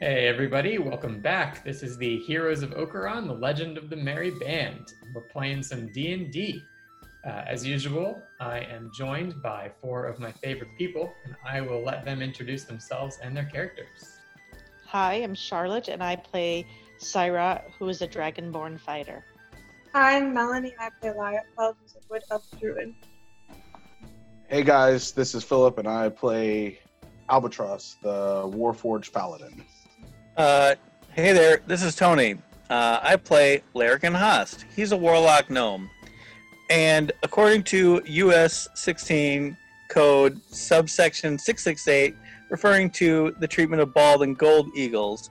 Hey, everybody, welcome back. This is the Heroes of Okeron, the Legend of the Merry Band. We're playing some D&D. Uh, as usual, I am joined by four of my favorite people, and I will let them introduce themselves and their characters. Hi, I'm Charlotte, and I play Syra, who is a dragonborn fighter. I'm Melanie, and I play Lyra, who's a wood elf druid. Hey guys, this is Philip, and I play Albatross, the Warforged Paladin. Uh, hey there, this is Tony. Uh, I play Larrikin Host. He's a warlock gnome. And according to US 16 code subsection 668, referring to the treatment of bald and gold eagles,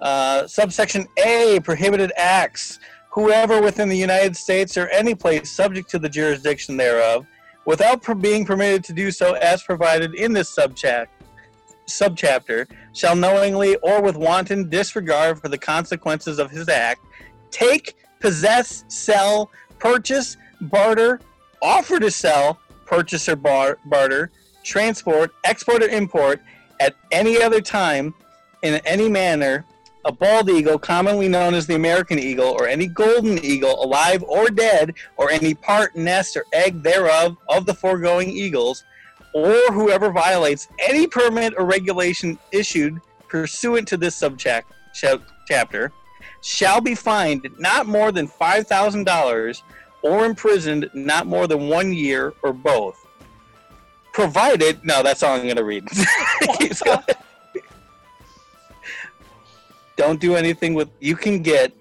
uh, subsection A, prohibited acts. Whoever within the United States or any place subject to the jurisdiction thereof, without per- being permitted to do so as provided in this subchapter, subchapter shall knowingly or with wanton disregard for the consequences of his act take, possess, sell, purchase, barter, offer to sell, purchase or bar- barter, transport, export or import at any other time in any manner a bald eagle, commonly known as the American eagle, or any golden eagle, alive or dead, or any part, nest, or egg thereof of the foregoing eagles, or whoever violates any permit or regulation issued pursuant to this subchapter chapter shall be fined not more than $5,000 or imprisoned not more than one year or both. Provided, no, that's all I'm going to read. He's got- Don't do anything with, you can get,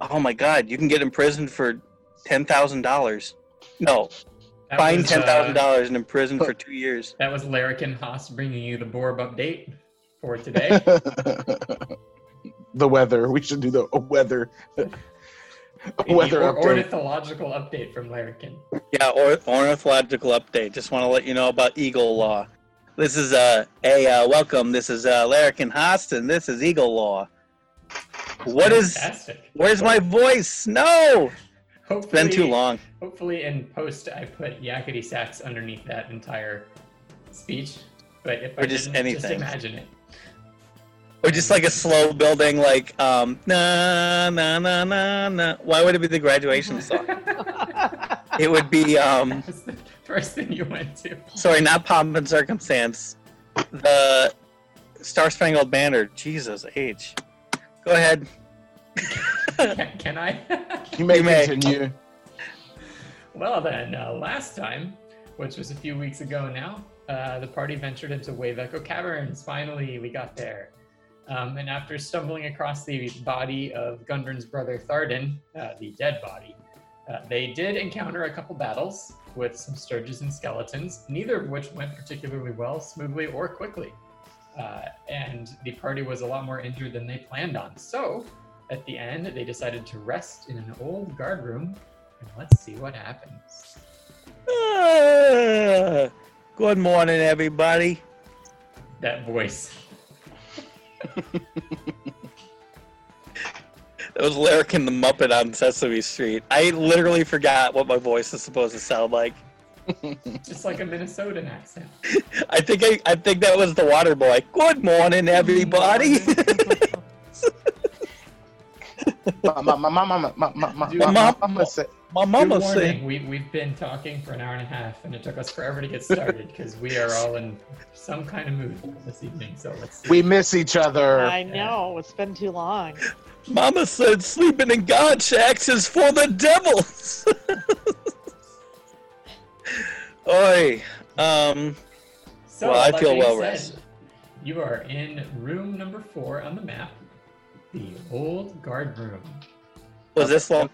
oh my God, you can get imprisoned for $10,000. No, That fined was, uh, $10,000 and imprisoned for two years. That was Larrikin Haas bringing you the Borb update for today. the weather. We should do the a weather. A weather or- update. Ornithological update from Larrikin. Yeah, or, ornithological update. Just want to let you know about Eagle Law. This is uh, a uh, welcome. This is uh, Larrikin Host, and this is Eagle Law. What is? Fantastic. Where's my voice? No, it's Hopefully, been too long. Hopefully, in post, I put yakety sax underneath that entire speech. But if I Or just didn't, just anything. imagine it. Or just like a slow building, like um, na na na na na. Why would it be the graduation song? It would be um, That's the first thing you went to. sorry, not pomp and circumstance. The Star Spangled Banner. Jesus H. Go ahead. Can, can I? You may You may. continue. well, then, uh, last time, which was a few weeks ago now, uh, the party ventured into Wave Echo Caverns. Finally, we got there. Um, and after stumbling across the body of Gundren's brother Tharden, uh, the dead body, uh, they did encounter a couple battles with some Sturges and skeletons, neither of which went particularly well, smoothly, or quickly. Uh, and the party was a lot more injured than they planned on. So, at the end, they decided to rest in an old guard room, and let's see what happens. Ah, Good morning, everybody. That voice. That was Larrikin the Muppet on Sesame Street. I literally forgot what my voice is supposed to sound like. Just like a Minnesotan accent. I think I, I think that was the water boy. Good morning, everybody. Ma- ma- ma- ma- ma- ma- ma- ma- Do- ma- ma- Ma- ma- say- my Good mama warning, said, we, we've been talking for an hour and a half, and it took us forever to get started because we are all in some kind of mood this evening. So let's see. We miss each other. I know, it's been too long. Mama said sleeping in God shacks is for the devils. Oi, um, So, Well, I that feel being well said, rested. You are in room number four on the map, the old guard room. was this long?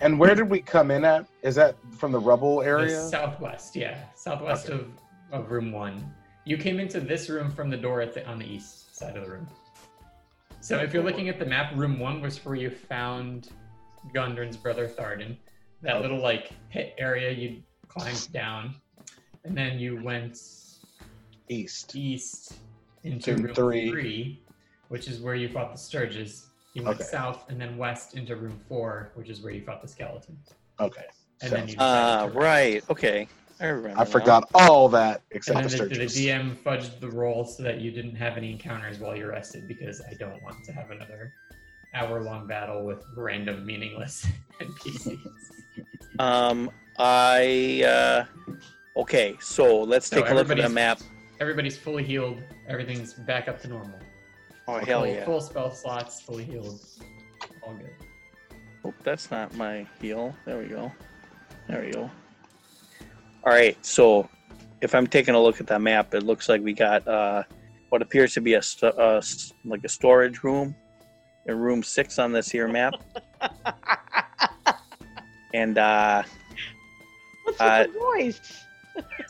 And where did we come in at? Is that from the rubble The area? southwest, yeah, southwest Okay. of, of room one. You came into this room from the door at the, on the east side of the room. So if you're looking at the map, room one was where you found Gundren's brother Tharden. Oh. That little like pit area you climbed down, and then you went East. east into To room three. three. which is where you fought the Sturges. You went Okay. south and then west into room four, which is where you fought the skeletons. Okay. And then you Ah, decided to- right. Okay. I remember. I forgot all that except And the then the, the sturges. DM fudged the roll so that you didn't have any encounters while you rested because I don't want to have another hour long battle with random meaningless NPCs. now. Um, I. Uh, okay, so let's No, take a look at the everybody's- map. Everybody's fully healed. Everything's back up to normal. Oh hell full, yeah! Full spell slots, fully healed. All good. Oh, that's not my heel. There we go. There we go. All right. So, if I'm taking a look at that map, it looks like we got uh, what appears to be a, st- uh, s like a storage room, in room six on this here map, and uh, What's with Uh, the voice?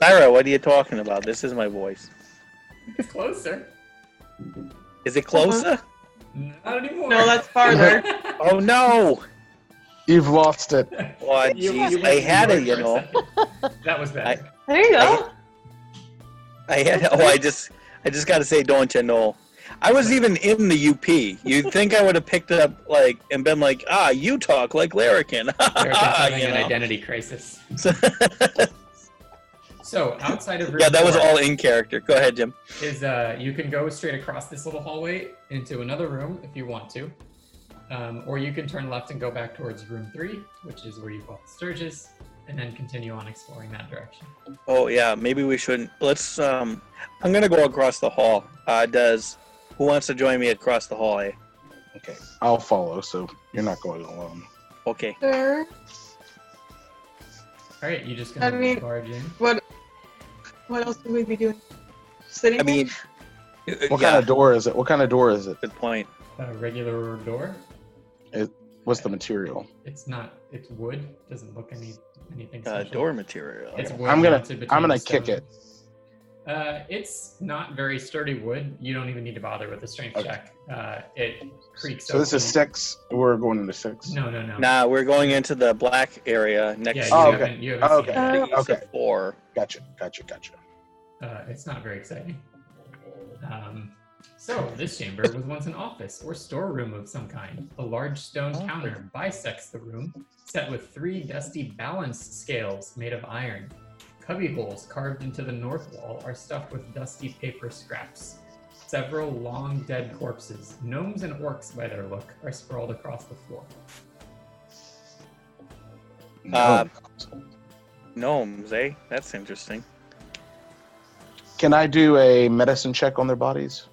Tyra, what are you talking about? This is my voice. It's closer. Is it closer? Not anymore. No, that's farther. Oh no! You've lost it. Oh You- jeez, you I went had north it. You for a know, second. That was better. There you go. I had. Oh, I just, I just got to say, don't you know? I was even in the UP. You'd think I would have picked up like and been like, ah, you talk like Larrikin. There was having you an know? identity crisis. So outside of room Yeah, that was four all in character. Go ahead, Jim. Is uh, you can go straight across this little hallway into another room if you want to, um, or you can turn left and go back towards room three, which is where you bought the Sturgis, and then continue on exploring that direction. Oh yeah, maybe we shouldn't. Let's. Um, I'm gonna go across the hall. Uh, does who wants to join me across the hall? Eh? Okay, I'll follow. So you're not going alone. Okay. Sure. All right, you just gonna I mean- barge in. What else would we be doing? Sitting I mean, What yeah, kind of door is it? What kind of door is it? good point. a uh, regular door. What's the material? It's not. It's wood. Doesn't look any anything Uh, special. door material. It's wood I'm gonna- mounted between I'm gonna kick seven- Uh, it's not very sturdy wood. You don't even need to bother with a strength Okay. check. Uh, it creaks. So this is open. six. We're going into six. No, no, no. Nah, we're going into the black area Yeah, next you to Oh, haven't. You haven't Oh, seen okay. it. Big East okay. of four. Gotcha. Gotcha. Gotcha. Uh, it's not very exciting. Um, so this chamber was once an office or storeroom of some kind. A large stone Oh. counter bisects the room, set with three dusty balance scales made of iron. Cubby holes carved into the north wall are stuffed with dusty paper scraps. Several long dead corpses, gnomes and orcs by their look, are sprawled across the floor. Uh, Gnomes, eh? That's interesting. Can I do a medicine check on their bodies?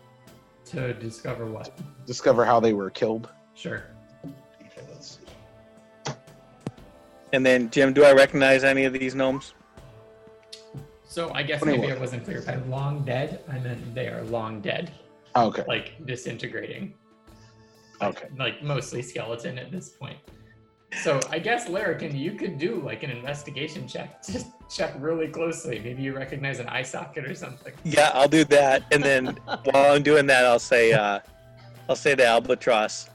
To discover what? Discover how they were killed. Sure. And then, Jim, do I recognize any of these gnomes? So I guess maybe 21. it wasn't clear. By long dead, I meant they are long dead. Oh, okay. like disintegrating. Okay. Like mostly skeleton at this point. So I guess Larrikin, you could do like an investigation check. Just check really closely. Maybe you recognize an eye socket or something. Yeah, I'll do that. And then while I'm doing that, I'll say, uh, I'll say to Albatross,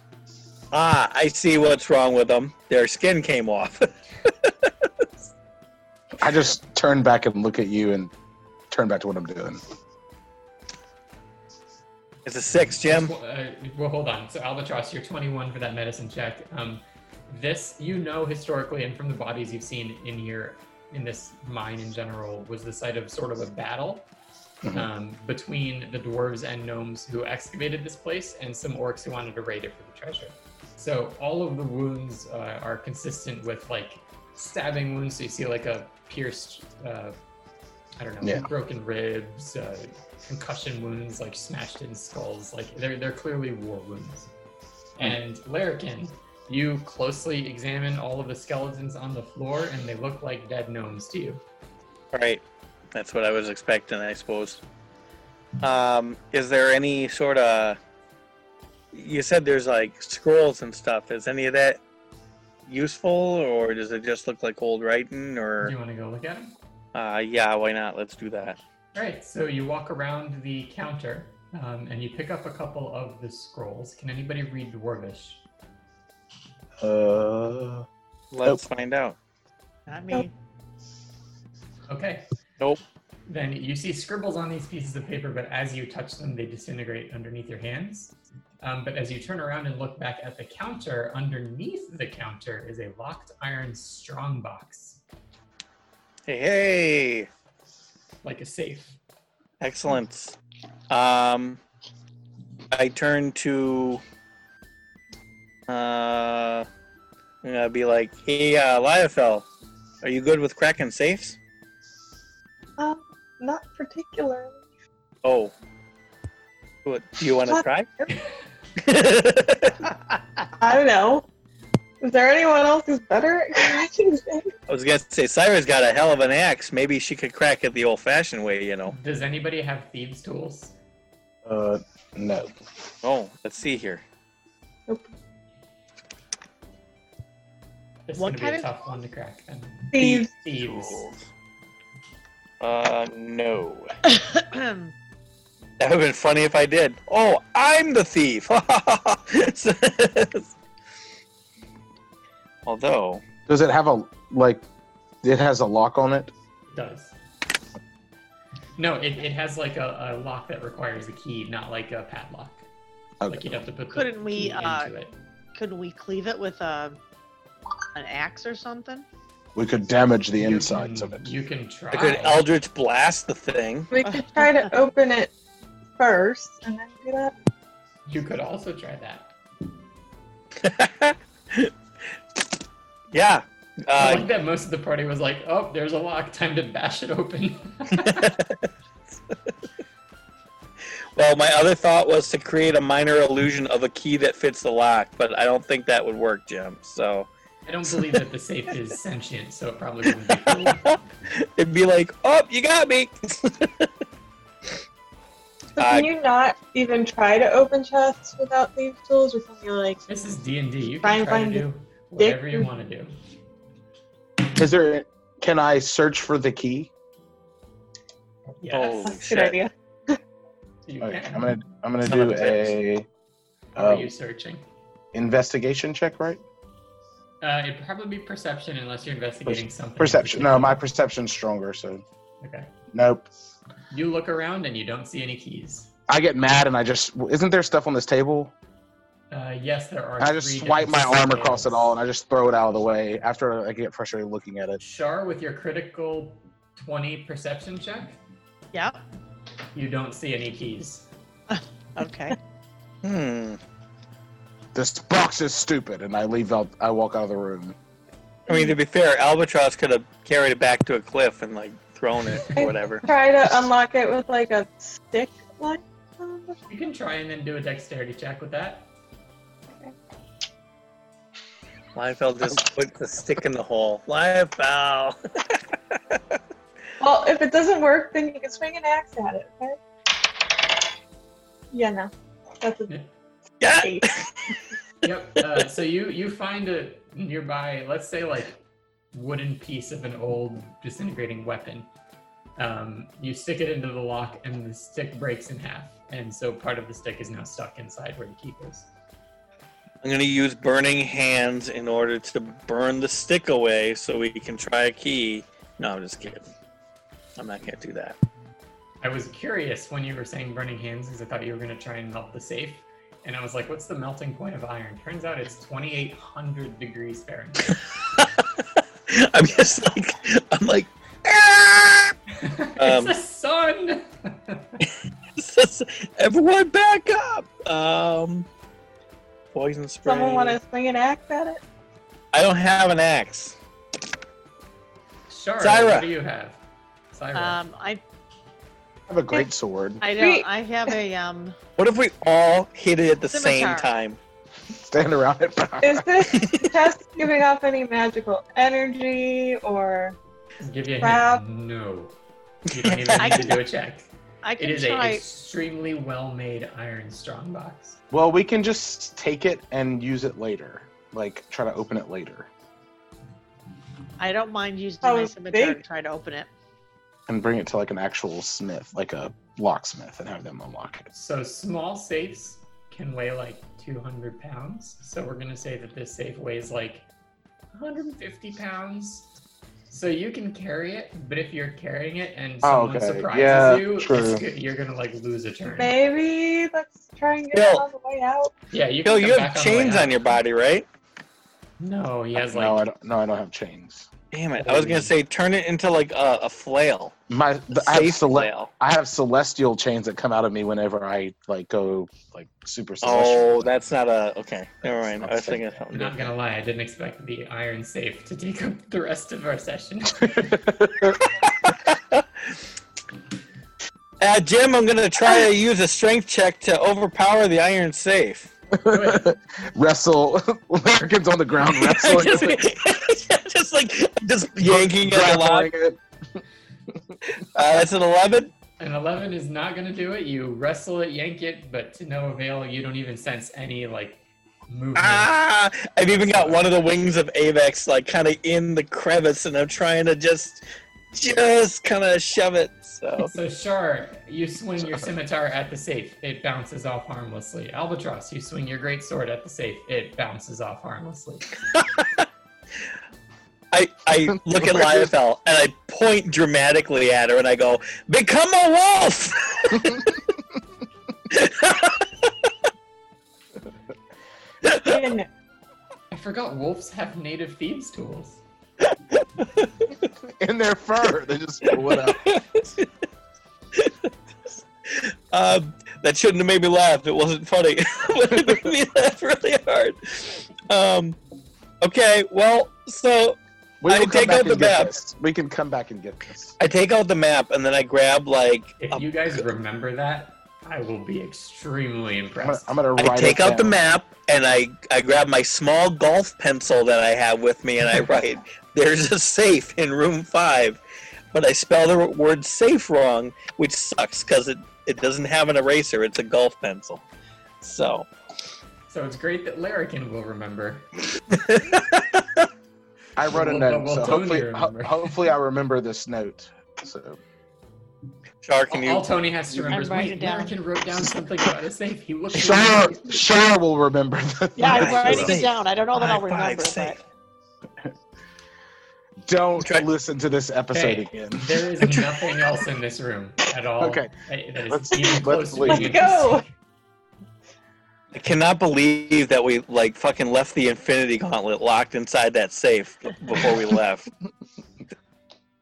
ah, I see what's wrong with them. Their skin came off. I just turn back and look at you and turn back to what I'm doing. it's a six, Jim. Well, uh, well, hold on. So Albatross, you're 21 for that medicine check. Um, this you know historically, and from the bodies you've seen in here, in this mine in general, was the site of sort of a battle Mhm. Mm-hmm. um, between the dwarves and gnomes who excavated this place, and some orcs who wanted to raid it for the treasure. So all of the wounds uh, are consistent with like stabbing wounds. So you see like a pierced, uh, I don't know, Yeah. broken ribs, uh, concussion wounds, like smashed in skulls. Like they're they're clearly war wounds. And Larrikin, you closely examine all of the skeletons on the floor, and they look like dead gnomes to you. All right. That's what I was expecting, I suppose. Um, is there any sort of. You said there's like scrolls and stuff. Is any of that useful or does it just look like old writing Do or. you want to go look at them? Uh, yeah, why not? Let's do that. All right. So you walk around the counter, um, and you pick up a couple of the scrolls. Can anybody read Dwarvish? Uh, Let's find out. Not me. Okay. Nope. Then you see scribbles on these pieces of paper, but as you touch them, they disintegrate underneath your hands. Um, but as you turn around and look back at the counter, underneath the counter is a locked iron strongbox. Hey, hey. like a safe. Excellent. Um, I turn to. Uh, and I'll be like, hey, uh, Liafel, are you good with cracking safes? Um, not particularly. Oh. What, do you want to Fuck. try? I don't know. Is there anyone else who's better at crashing things? I was going to say, Cyrus got a hell of an axe. Maybe she could crack it the old fashioned way, you know. Does anybody have thieves' tools? Uh, no. Oh, let's see here. This is What gonna be a kind of- tough one to crack. Then. Thieves. Thieves. Uh, no. That would have been funny if I did. Oh, I'm the thief. Although, Does it have a like? It has a lock on it. It does. No, it, it has like a, a lock that requires a key, not like a padlock. Like Okay. you'd have to put the Couldn't we, key uh, into it. Could we cleave it with a an axe or something? We could damage the You insides can- of it. You can try. I could Ah. Eldritch blast the thing. We could try to open it first and then do that. You could also try that. yeah. I Uh, like that most of the party was like, oh, there's a lock, time to bash it open. well, my other thought was to create a minor illusion of a key that fits the lock, but I don't think that would work, Jim. So I don't believe that the safe is sentient, so it probably wouldn't be cool. it'd be like, oh, you got me. So can Uh, you not even try to open chests without thieves tools, or can you like? This is D and D. You Try can and try to find the do whatever dick- you want to do. Is there? Can I search for the key? Yes, Holy That's a shit. good idea. you Oh, Okay, can. I'm gonna I'm gonna Son of do a a How are um, you searching? investigation check, right? Uh, it'd probably be perception unless you're investigating something. Perception. No, my perception's stronger, so Okay. nope. You look around and you don't see any keys. I get mad and I just isn't there stuff on this table? Uh, yes, there are. I just three swipe my different arm scales. across it all and I just throw it out of the way after I get frustrated looking at it. Char, with your critical twenty perception check, Yeah. you don't see any keys. Okay. Hmm. This box is stupid, and I leave out. I walk out of the room. I mean, to be fair, Albatross could have carried it back to a cliff and like thrown it or whatever. Try to unlock it with like a stick, like. um, You can try and then do a dexterity check with that. Liefeld just put the stick in the hole. Liefeld. Well, if it doesn't work, then you can swing an axe at it. Okay. Yeah, no, that's a Yeah. eight. Yep. Uh, so you you find a nearby, let's say like wooden piece of an old disintegrating weapon. Um, you stick it into the lock, and the stick breaks in half, and so part of the stick is now stuck inside where the key goes. I'm gonna use burning hands in order to burn the stick away so we can try a key. No, I'm just kidding. I'm not gonna do that. I was curious when you were saying burning hands because I thought you were going to try and melt the safe. And I was like, what's the melting point of iron? Turns out it's 2,800 degrees Fahrenheit. I'm just like I'm like "Ah!" it's Um, the sun! everyone back up. Um poison spray. Someone want to swing an axe at it? I don't have an axe. Shara, Syra. what do you have? Syra. Um, I I have a great sword. I Wait. don't. I have a um. What if we all hit it at the same Scimitar. time? Stand around it. Is this chest giving off any magical energy or? Give you a Rob. hint. No. You don't even I need to can- do a check. I It can is an try. extremely well made iron strongbox. Well, we can just take it and use it later. Like try to open it later I don't mind using Oh, my it's scimitar to big. try to open it. and bring it to like an actual smith, like a locksmith, and have them unlock it. So small safes can weigh like 200 pounds. So we're going to say that this safe weighs like 150 pounds. So you can carry it, but if you're carrying it and Oh, someone okay. surprises Yeah, you, it's true. go- you're going to like lose a turn. Maybe let's try and get Yo. it on the way out. Yeah, you Yo, can come you back have chains on, on your body, right? your. No, he has like no, I don't. No, I don't have chains. Damn it! I was gonna say turn it into like a, a flail. My A the, I, have safe cele- flail. I have celestial chains that come out of me whenever I like go like super celestial. Oh, that's not a okay. Never mind. I That's was not thinking of I'm something. not gonna lie, I didn't expect the iron safe to take up the rest of our session. different. Uh, Jim, I'm gonna try to use a strength check to overpower the iron safe. Wrestle. Larkin's on the ground wrestling. just, just like just yanking it a lot. grappling it. Uh, that's an eleven. An 11 is not going to do it. You wrestle it, yank it, but to no avail. You don't even sense any, like, movement. Ah! I've even got one of the wings of Avex like kind of in the crevice, and I'm trying to just just kind of shove it. So So, Shar, you swing your scimitar at the safe. It bounces off harmlessly. Albatross, you swing your great sword at the safe. It bounces off harmlessly. I I look at Liefel and I point dramatically at her, and I go, "Become a wolf!" Finn, I forgot wolves have native thieves tools. in their fur. They just pull it out. Um, that shouldn't have made me laugh. It wasn't funny, but it made me laugh really hard. Um, okay, well, so We I will come take back out the and get map. this. We can come back and get this. I take out the map and then I grab like If a- you guys remember that, I will be extremely I'm gonna, impressed. I'm gonna write I take it out the down. map and I I grab my small golf pencil that I have with me and I write there's a safe in room 5 but I spell the word safe wrong which sucks cuz it it doesn't have an eraser it's a golf pencil. So So, it's great that Larrikin will remember. I wrote a Well, note, well, so Tony hopefully, ho- remembered. hopefully I remember this note. So Char can All you Tony has to remember is, I write wait, it down. Larrikin wrote down something about a safe. He looked Shar, Shar will remember. The Yeah, Nice. I'm writing Safe. it down. I don't know that I'll remember, High five, but safe. Don't Try- listen to this episode Hey. again. There is nothing else in this room at all. Okay. That that is Let's- even let's close to leave. being Let's go. interesting. I cannot believe that we like fucking left the Infinity Gauntlet locked inside that safe before we left.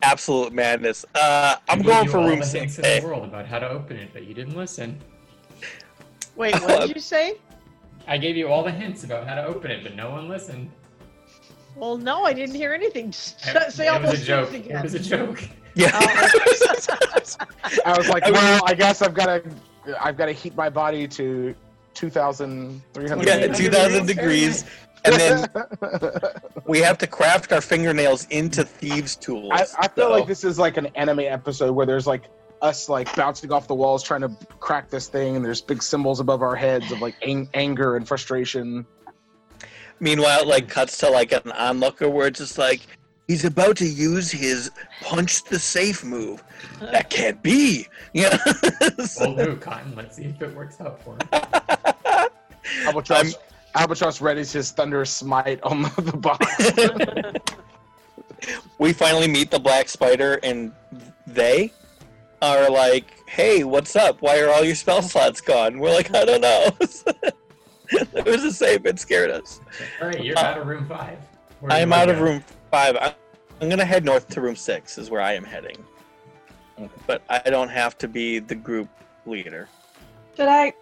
Absolute madness. Uh, I'm I gave going you for all room the hints six. in the world about how to open it, but you didn't listen. wait, what did you say? I gave you all the hints about how to open it, but no one listened. Well, no, I didn't hear anything. Just It- say it all was those a joke. It things again. Oh, was a joke. Yeah. Oh, I was like, I mean- well, I guess I've got to, I've got to heat my body to two thousand three hundred. yeah, 2,000 degrees. And then we have to craft our fingernails into thieves' tools. I, I feel so- like this is like an anime episode where there's like us like bouncing off the walls trying to crack this thing, and there's big symbols above our heads of like ang- anger and frustration. Meanwhile, it, like cuts to like an onlooker where it's just like he's about to use his punch the safe move. That can't be. Yeah. Well, no, Cotton. Let's see if it works out for him. Albatross, Albatross readies his thunderous smite on the, the box. we finally meet the black spider and they are like hey what's up why are all your spell slots gone we're like i don't know it was the same it scared us All right, you're Uh, out of room five. Where i'm you out go. of room five I- i'm gonna head north to room six is where i am heading Okay. but i don't have to be the group leader should I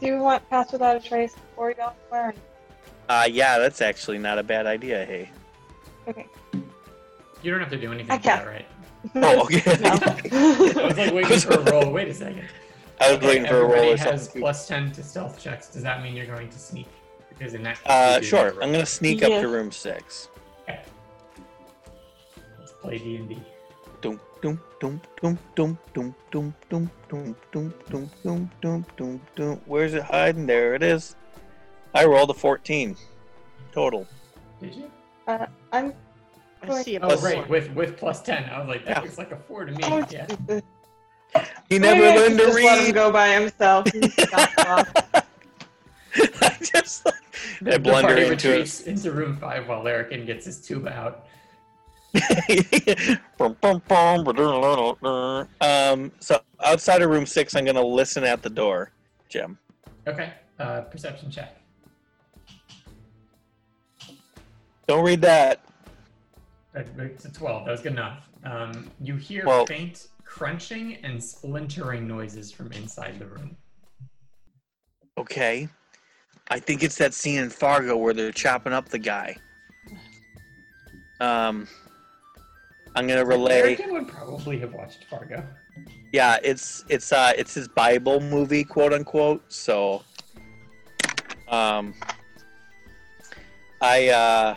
do you want Pass Without a Trace before we go anywhere? uh yeah that's actually not a bad idea hey You don't have to do anything. Okay. For that, right? oh okay I was like waiting for a roll. Wait a second. i was waiting for a Everybody roll or has something plus ten to stealth checks. Does that mean you're going to sneak? Because in that case, uh you do sure need a roll. i'm gonna sneak up Yeah. to room six Let's play D and D. Dum dum dum dum dum dum dum dum dum dum dum dum dum dum dum. Where's it hiding? There it is. I rolled a fourteen total. Did you? I'm I see a Oh, Plus- right, with with plus ten. I was like, that Yeah. looks like a four to me. oh, Yeah. Jesus. He never Maybe I should learned to just Let him read. go by himself. He's got lost. I just I The blunder party into it. retreats into room five while Larrikin gets his tube out. Bum, bum, bum, ba-dum-dum-dum-dum. um. So outside of room six, I'm gonna listen at the door, Jim. Okay. Uh, perception check. Don't read that. That- Uh, It's a 12. That was good enough. Um, you hear Well- faint crunching and splintering noises from inside the room. Okay. I think it's that scene in Fargo where they're chopping up the guy. Um, I'm gonna relay. American would probably have watched Fargo. Yeah, it's it's uh it's his Bible movie, quote unquote. So, um, I uh,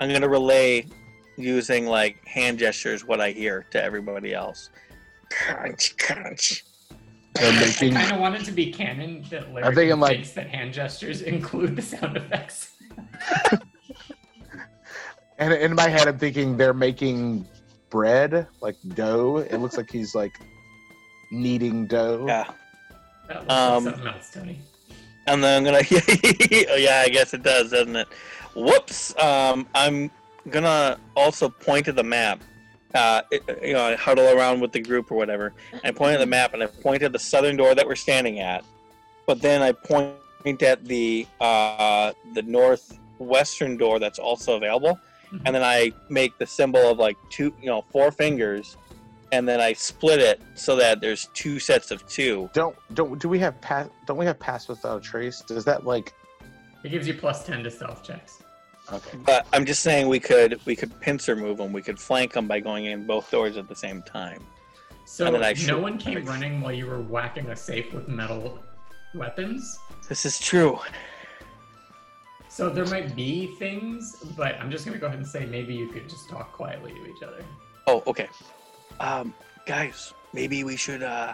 I'm gonna relay using like hand gestures what I hear to everybody else. Crunch, crunch. They're I making kind of wanted to be canon that Larry I'm thinking, like- thinks that hand gestures include the sound effects. and in my head I'm thinking they're making bread, like dough. It looks like he's like kneading dough. Yeah, That looks Um, like something else, Tony. and then I'm gonna. oh yeah, I guess it does, doesn't it? Whoops. Um, I'm gonna also point to the map. Uh, it- you know, I huddle around with the group or whatever. I point at the map and I point at the southern door that we're standing at. But then I point at the uh, the northwestern door that's also available, and then I make the symbol of like two, you know, four fingers, and then I split it so that there's two sets of two. Don't don't do we have pass? Don't we have pass without a trace? Does that like It gives you plus 10 to stealth checks. okay? But I'm just saying we could we could pincer move them. We could flank them by going in both doors at the same time. So And then I no shoot. one came running while you were whacking a safe with metal weapons. This is true. So there might be things, but I'm just gonna go ahead and say maybe you could just talk quietly to each other. Oh, okay. Um, guys, maybe we should. Uh,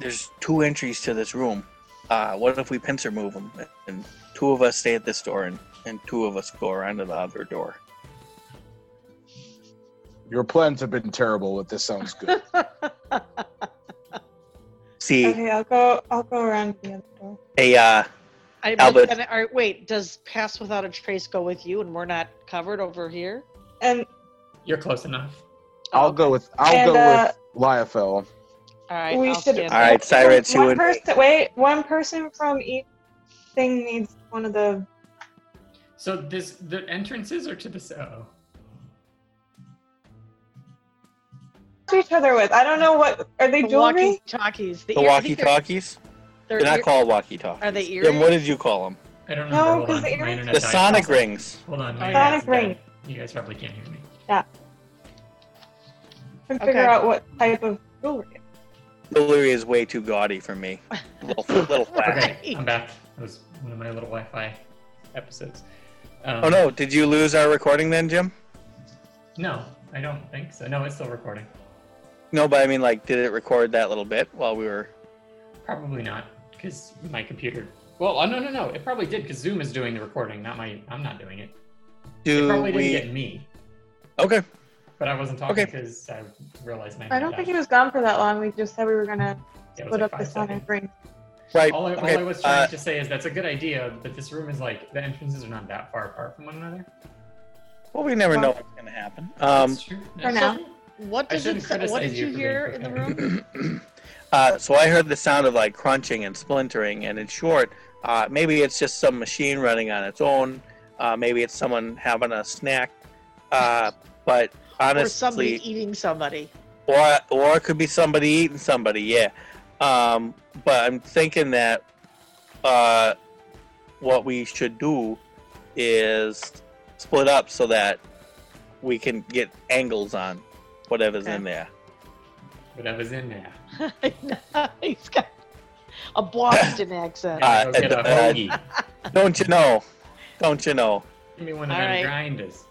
there's two entries to this room. Uh, what if we pincer move them, and two of us stay at this door, and, and two of us go around to the other door? Your plans have been terrible, but this sounds good. See Okay, I'll go. I'll go around the other door. a uh, I'm Albert. Gonna, are, wait, does pass without a trace go with you, and we're not covered over here? And You're close enough. I'll go with I'll And, go uh, with Liafel. All right, we I'll should. stand All right, up. Cyrus, you one would- person. Wait, one person from each thing needs one of the. So this the entrances are to the oh. to Each other with. I don't know what are they The jewelry? walkie talkies. the walkie talkies. They're not called walkie talkies. Are they Then what did you call them? I don't No, remember. Hold Oh, 'cause on. the My earrings- internet The died. sonic rings. Hold on. My Sonic internet's dead. ring. You guys probably can't hear me. Can Okay. figure out what type of jewelry. it is. Jewelry is way too gaudy for me. Little, little flash. Okay, I'm back. That was one of my little Wi-Fi episodes. Um, Oh no! Did you lose our recording then, Jim? No, I don't think so. No, it's still recording. No, but I mean, like, did it record that little bit while we were? Probably not, because my computer. Well, oh, no, no, no. It probably did, because Zoom is doing the recording, not my. I'm not doing it. It Do probably didn't we? get me, Okay. but I wasn't talking Okay. because I realized my. I don't internet think he died. was gone for that long. We just said we were gonna Yeah, it was split like up the five sonic seconds. ring. Right. All I, okay. all I was trying uh, to say is that's a good idea, but this room is like the entrances are not that far apart from one another. well, we never know what's gonna happen. Um, That's true. for That's now. What I does it shouldn't say? What criticize did you you for hear being in the prepared. room? uh, so I heard the sound of like crunching and splintering, and in short, uh, maybe it's just some machine running on its own. Uh, maybe it's someone having a snack. Uh, but Or somebody honestly, eating somebody. or or it could be somebody eating somebody. Yeah. Um, but I'm thinking that uh, what we should do is split up so that we can get angles on whatever's Okay. in there. Whatever's in there. He's got a Boston accent. Uh, Gotta go get a uh, hoagie. Don't you know? Don't you know? Give me one of all them right. grinders.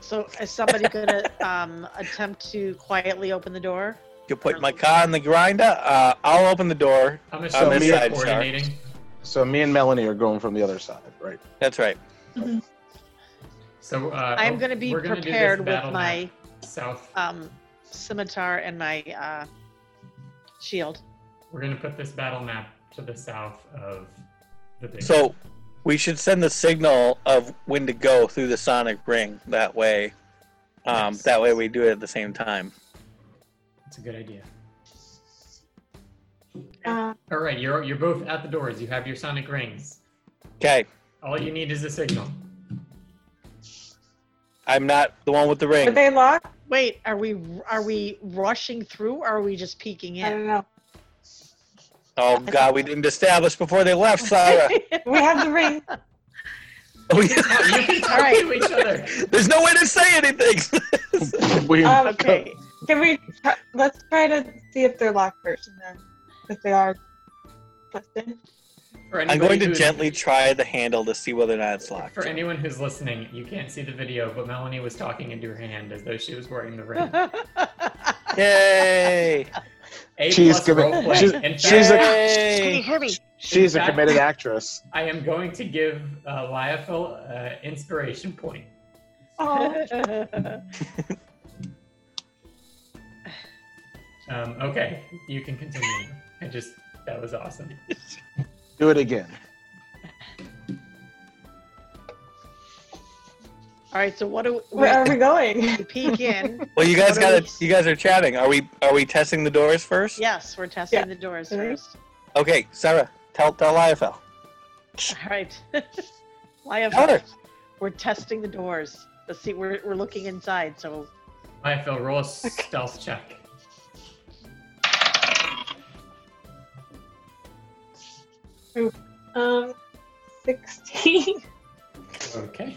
So is somebody gonna um, attempt to quietly open the door? You put my car in the grinder. Uh, I'll open the door. I'm On assuming this you're Uh, side, Sarah. coordinating. So me and Melanie are going from the other side, right? That's right. So uh, I'm gonna be we're do this prepared with battle my map south. um, scimitar and my uh, shield. We're gonna put this battle map to the south of the big. So we should send the signal of when to go through the sonic ring. That way, um, Yes. that way we do it at the same time. it's a good idea. Uh, All right, you're you're both at the doors. You have your sonic rings. Okay. All you need is a signal. I'm not the one with the Are ring. they locked? Wait, are we are we rushing through or are we just peeking I in? don't know. oh God, we didn't establish before they left, Sarah. We have the ring. We- you can talk right. to each other. There's no way to say anything. We, Um, okay. Can we? Try, let's try to see if they're locked first, and then if they are, let's in. For I'm going anybody to who's- gently try the handle to see whether or not it's locked. For anyone who's listening, you can't see the video, but Melanie was talking into her hand as though she was wearing the ring. Yay! A She's plus giving- role play. she's- In fact, she's a- Can you Yay! hear me? she's a Exactly. committed actress. I am going to give uh, Liafel uh, inspiration point. Oh, Um, okay, you can continue. I just that was awesome. Do it again. All right, so what do we, where are we going? we peek in? Well, you guys What got are to You guys are chatting. Are we? Are we testing the doors first? Yes, we're testing Yeah. the doors Mhm. first. Okay, Sarah, tell tell IFL. All right. Live. Tyler. We're testing the doors. Let's see. We're we're looking inside. So Liafel, roll a stealth check. Um, sixteen. Okay,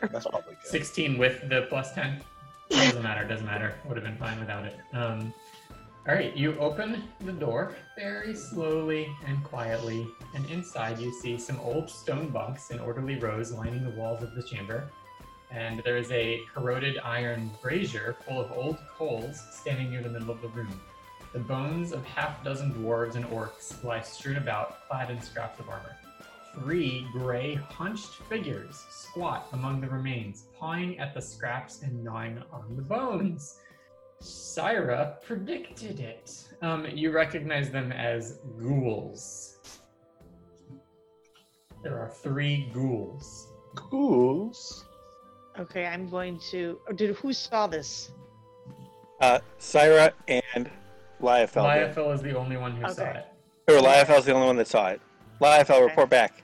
That's probably good. sixteen with the plus ten. Doesn't matter. Doesn't matter. Would have been fine without it. Um, all right, you open the door very slowly and quietly, and inside you see some old stone bunks in orderly rows lining the walls of the chamber. And there is a corroded iron brazier full of old coals standing near the middle of the room. The bones of half dozen dwarves and orcs lie strewn about, clad in scraps of armor. Three gray, hunched figures squat among the remains, pawing at the scraps and gnawing on the bones. Syra predicted it. Um, you recognize them as ghouls. There are three ghouls. Ghouls. okay, I'm going to. Oh, did who saw this? Uh, Sarah and Liefel. Liafel is the only one who saw Okay. it. Or Liefel's the only one that saw it. Liefel, report back.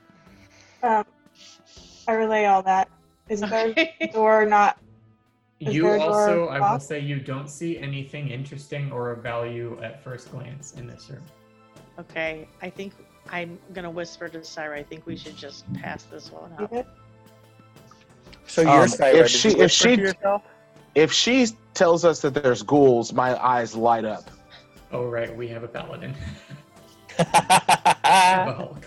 Um, I relay all that. Is there a Okay. door not? Is You there a door also, I will locked? say, you don't see anything interesting or of value at first glance in this room. okay. I think I'm gonna whisper to Syra. I think we should just pass this one up. So Um, you're Syra. if did she- you if whisper she- to yourself? If she tells us that there's ghouls, my eyes light up. Oh, right, we have a paladin. Uh, the Hulk.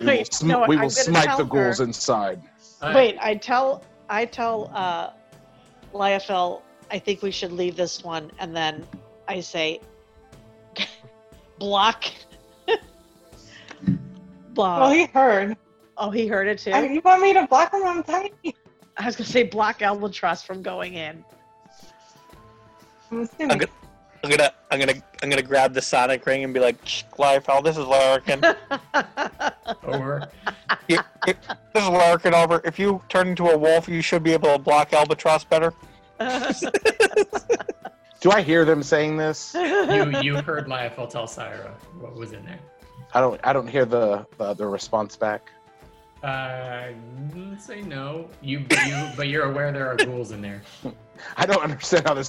We will, sm- we I'm will gonna smite tell the ghouls her- inside. Uh, Wait, I tell I tell uh, Liefel. I think we should leave this one, and then I say, block. block. Well, he heard. oh, he heard it too. I, you want me to block him? I'm tiny. I was gonna say block Albatross from going in. I'm assuming. I'm gonna, I'm gonna, I'm gonna, I'm gonna grab the sonic ring and be like, "Shh, Liefel, this is Larkin. Uh, Over. this is Larkin over. If you turn into a wolf, you should be able to block albatross better. Do I hear them saying this? You, you heard Liafel tell Syra what was in there. I don't. I don't hear the the, the response back. Uh, mm, say no. You, you, but you're aware there are ghouls in there. I don't understand how this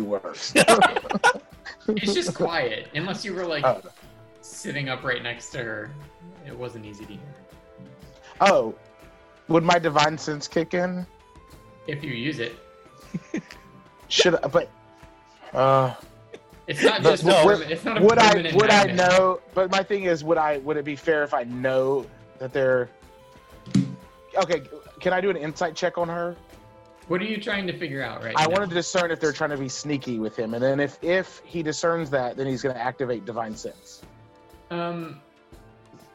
works. It's just quiet, unless you were like Oh. sitting up right next to her. It wasn't easy to hear. oh, would my divine sense kick in? If you use it, Should I, but uh, it's not But just would- would, it's not a would I permanent would I magnet. know? But my thing is, would I would it be fair if I know that they're okay? Can I do an insight check on her? What are you trying to figure out right I now? wanted to discern if they're trying to be sneaky with him, and then if if he discerns that, then he's going to activate divine sense. Um,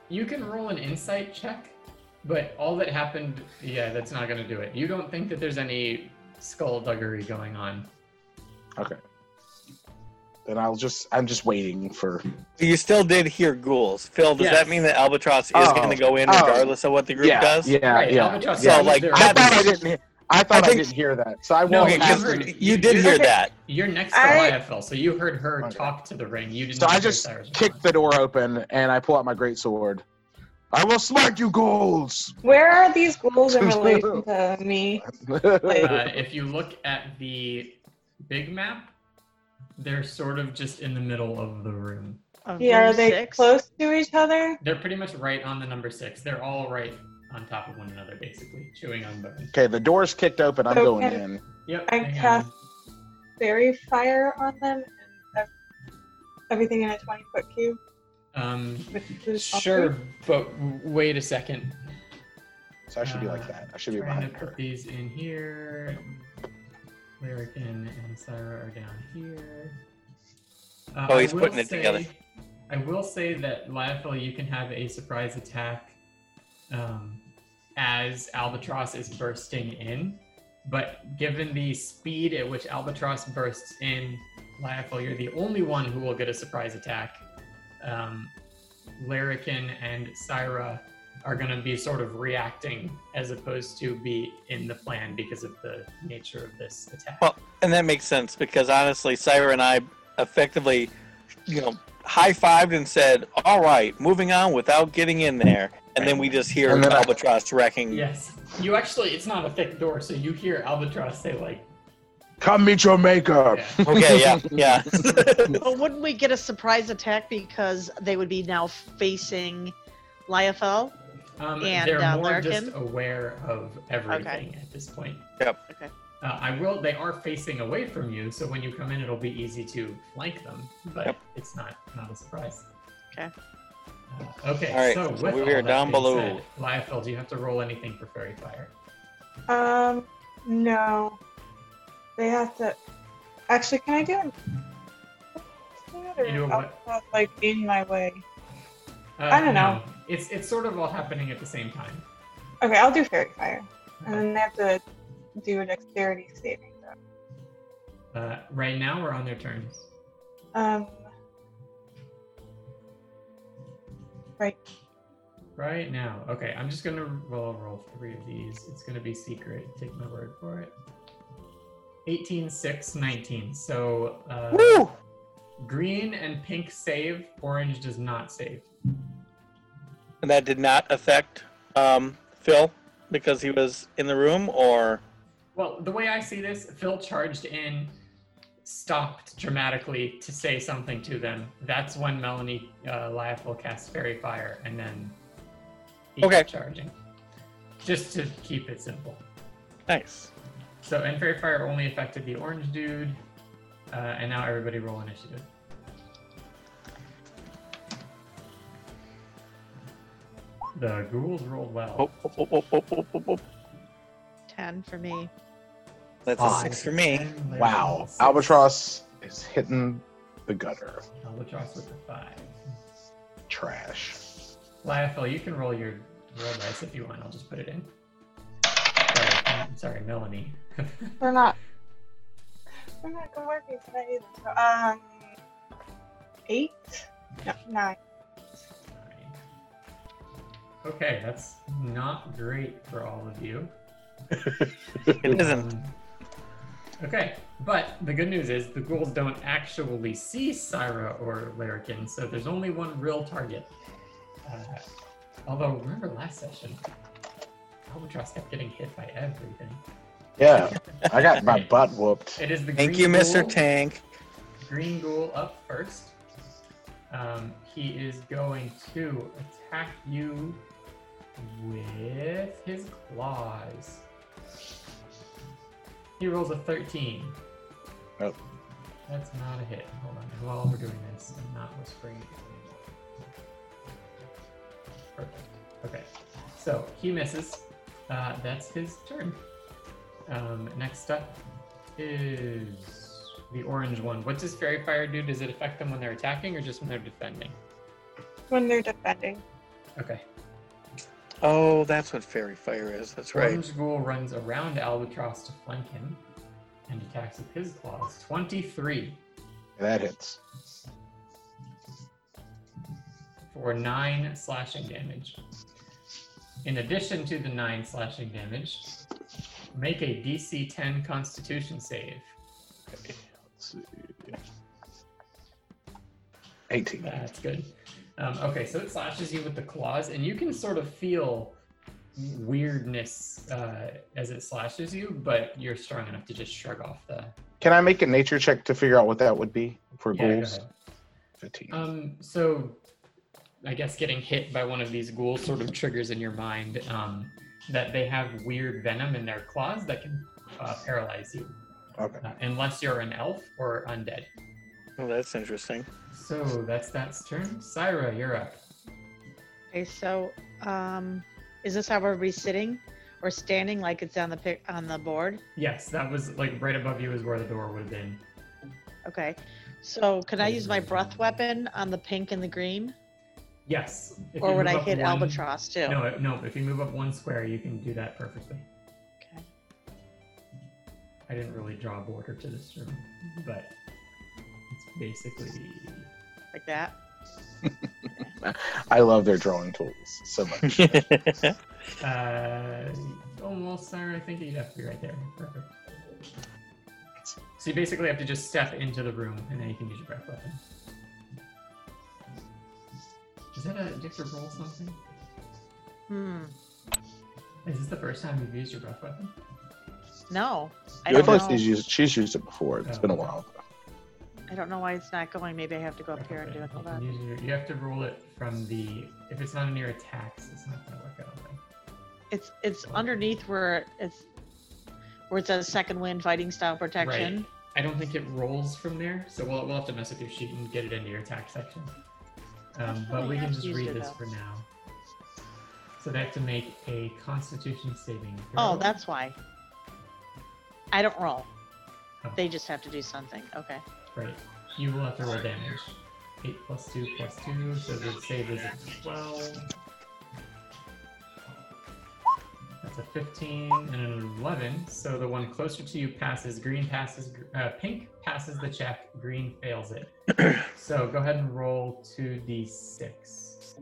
you can roll an insight check, but all that happened, yeah, that's not gonna do it. You don't think that there's any skullduggery going on. Then I'll just I'm just waiting for. You still did hear ghouls. Phil, does Yes. that mean that albatross is Oh. gonna go in Oh. regardless of what the group yeah, does? yeah, right, yeah. Albatross yeah. says So, like, there I are- thought I didn't. Hear, I thought I, think- didn't hear that, so I No, won't. Okay, 'cause ask Catherine, her. you, did hear Okay. that. You're next to I- Liefel, so you heard her Okay. talk to the ring. You didn't. So I hear just Cyrus kick respond. the door open and I pull out my great sword. I will smite you, ghouls. Where are these ghouls in relation to me? Uh, if you look at the big map, they're sort of just in the middle of the room. Of Yeah, are room they six? close to each other? They're pretty much right on the number six. They're all right on top of one another, basically, chewing on bones. okay, the door's kicked open. I'm going Okay. in. Yep. I hang cast- on. Fairy fire on them and ev- everything in a 20 foot cube. Um, Which is sure, awkward. but w- wait a second. So I should be like that. I should be Trying to behind her. put these in here. Lyrican and Syra are down here. Uh, Oh, I he's will putting it together. I will say that Lyathil, you can have a surprise attack um, as Albatross is bursting in. But given the speed at which Albatross bursts in, Lyathil, you're the only one who will get a surprise attack. Um, Larrikin and Syra are going to be sort of reacting as opposed to be in the plan because of the nature of this attack. Well- And that makes sense because honestly, Cyra and I effectively, you know, high fived and said, "All right, moving on," without getting in there. And then we just hear And then I- albatross wrecking. yes. You actually, it's not a thick door, so you hear Albatross say, like, Come meet your Oh. maker. yeah. Okay, yeah, yeah. But wouldn't we get a surprise attack because they would be now facing Liefel? Um, And, they're uh, more just Larkin? aware of everything at this point. Yep. Okay. Uh, I will. They are facing away from you, so when you come in, it'll be easy to flank them. But Yep. it's not not a surprise. Okay. Uh, okay. All right, So so with we all are that down being below. said, Liefeld, do you have to roll anything for fairy fire? Um, no. They have to. Actually, can I do it? Or You do a what? I'll, like in my way. Uh, I don't no. know. It's it's sort of all happening at the same time. Okay, I'll do fairy fire, and then they have to do a dexterity saving. throw. Uh, right now, we're on their turns. Um, Right now. Okay, I'm just gonna roll roll three of these. It's gonna be secret. Take my word for it. 18, 6, 19. So uh, Woo! green and pink save, orange does not save. And that did not affect um, Phil because he was in the room, or Well, the way I see this, Phil charged in, stopped dramatically to say something to them. That's when Melanie uh, Liefel cast Fairy Fire, and then he kept Okay. charging. Just to keep it simple. nice. So, and Fairy Fire only affected the orange dude, uh, and now everybody roll initiative. The ghouls rolled well. Oh, oh, oh, oh, oh, oh, oh, oh. 10 for me. That's a Five. six for me. Wow. Six. Albatross is hitting the gutter. Albatross with the five. Trash. Lyathil, you can roll your roll dice if you want. I'll just put it in. Sorry, I'm sorry Melanie. we're not. We're not gonna work it tonight either. So, um, eight? No, nine. okay, that's not great for all of you. It isn't. Um, Okay, but the good news is the ghouls don't actually see Syra or Larrikin, so there's only one real target. Uh, although, remember last session, Albatross kept getting hit by everything. Yeah, I got my butt whooped. It is the Thank green you, Mr. ghoul- Tank. Green ghoul up first. Um, he is going to attack you with his claws. He rolls a 13. Oh. That's not a hit. Hold on. While we're doing this, I'm not whispering it. Perfect. Okay. So he misses. Uh, that's his turn. Um, next up is the orange one. What does fairy fire do? Does it affect them when they're attacking or just when they're defending? When they're defending. Okay. Oh, that's what fairy fire is. That's right. Orange ghoul runs around Albatross to flank him and attacks with his claws. 23 That hits. for 9 slashing damage. In addition to the 9 slashing damage, make a DC 10 constitution save. Okay, let's see. 18. That's good. Um, okay, so it slashes you with the claws, and you can sort of feel weirdness uh, as it slashes you, but you're strong enough to just shrug off the. Can I make a nature check to figure out what that would be for Yeah, go ghouls? ahead. 15. Um, so I guess getting hit by one of these ghouls sort of triggers in your mind um, that they have weird venom in their claws that can uh, paralyze you, Okay. uh, unless you're an elf or undead. Oh, that's interesting. So that's that's turn. Syra, you're up. Okay, so um, is this how we're sitting or standing like it's on the pic- on the board? Yes, that was like right above you is where the door would have been. Okay, so can I use my breath weapon on the pink and the green, Yes. if you or would move I up hit one- albatross too? No, it- no. If you move up one square, you can do that perfectly. Okay. I didn't really draw a border to this room, but it's basically Like that. I love their drawing tools so much. uh, almost there. I think you'd have to be right there. Perfect. So you basically have to just step into the room, and then you can use your breath weapon. Is that a? Do you have to roll something? Hmm. Is this the first time you've used your breath weapon? No, I I don't feel know. like she's used, she's used it before. It's Oh, been a while. I don't know why it's not going. Maybe I have to go up here and do it. Hold You can on. use your- You have to roll it from the. If it's not in your attacks, it's not gonna work out. I don't think. It's it's underneath where it's where it says second wind fighting style protection. Right. I don't think it rolls from there, so we'll, we'll have to mess with your sheet and get it into your attack section. Um, but we I can have just used read it this though. for now. So they have to make a Constitution saving. Oh, throw. that's why. I don't roll. Oh. They just have to do something. Okay. right. You will have to roll damage. Eight plus two plus two, so the save is a twelve. That's a fifteen and an eleven. So the one closer to you passes. Green passes. gr- Uh, pink passes the check. Green fails it. so go ahead and roll two d six.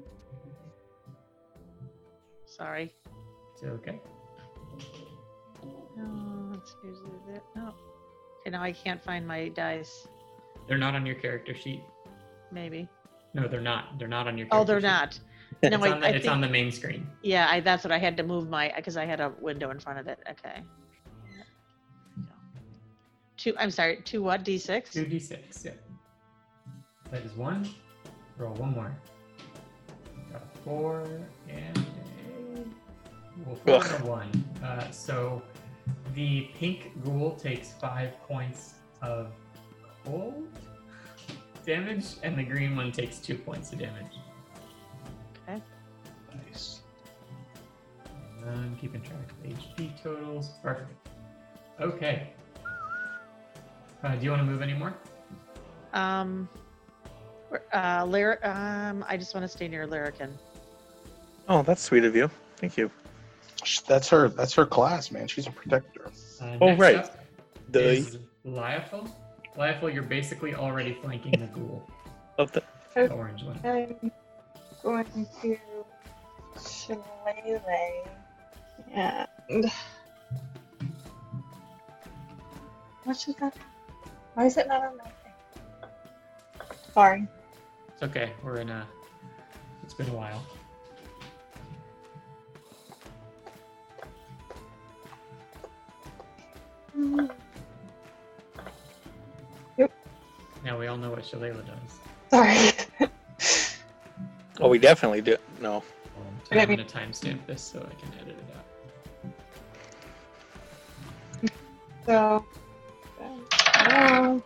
Sorry. Is it okay? No, it's usually that. No. Okay, now I can't find my dice. They're not on your character sheet. Maybe. No, they're not. They're not on your. Character Oh, they're sheet. not. No, it's I, on the, I it's think. on the main screen. yeah, I, that's what I had to move my because I had a window in front of it. Okay. Two. I'm sorry. Two what? D six. Two d six. Yeah. That is one. Roll one more. Got a four and a, well, four Ugh. and a one. Uh, so the pink ghoul takes five points of cold damage, and the green one takes two points of damage. Nice. And I'm keeping track of HP totals. Perfect. Okay. Uh, do you want to move anymore? Um. Uh, Lyric. Um. I just want to stay near Lyrican. oh, that's sweet of you. Thank you. Sh- That's her. That's her class, man. She's a protector. Uh, Oh, next right. up The is Liafel. Liafel, you're basically already flanking the ghoul, of the the orange one. I'm going to Shillelagh and what should that? Why is it not on my thing? Sorry. It's okay. We're in a. It's been a while. Now we all know what Shalala does. Sorry. oh, we definitely do. No, Um, So I'm going to timestamp this so I can edit it out. so, um,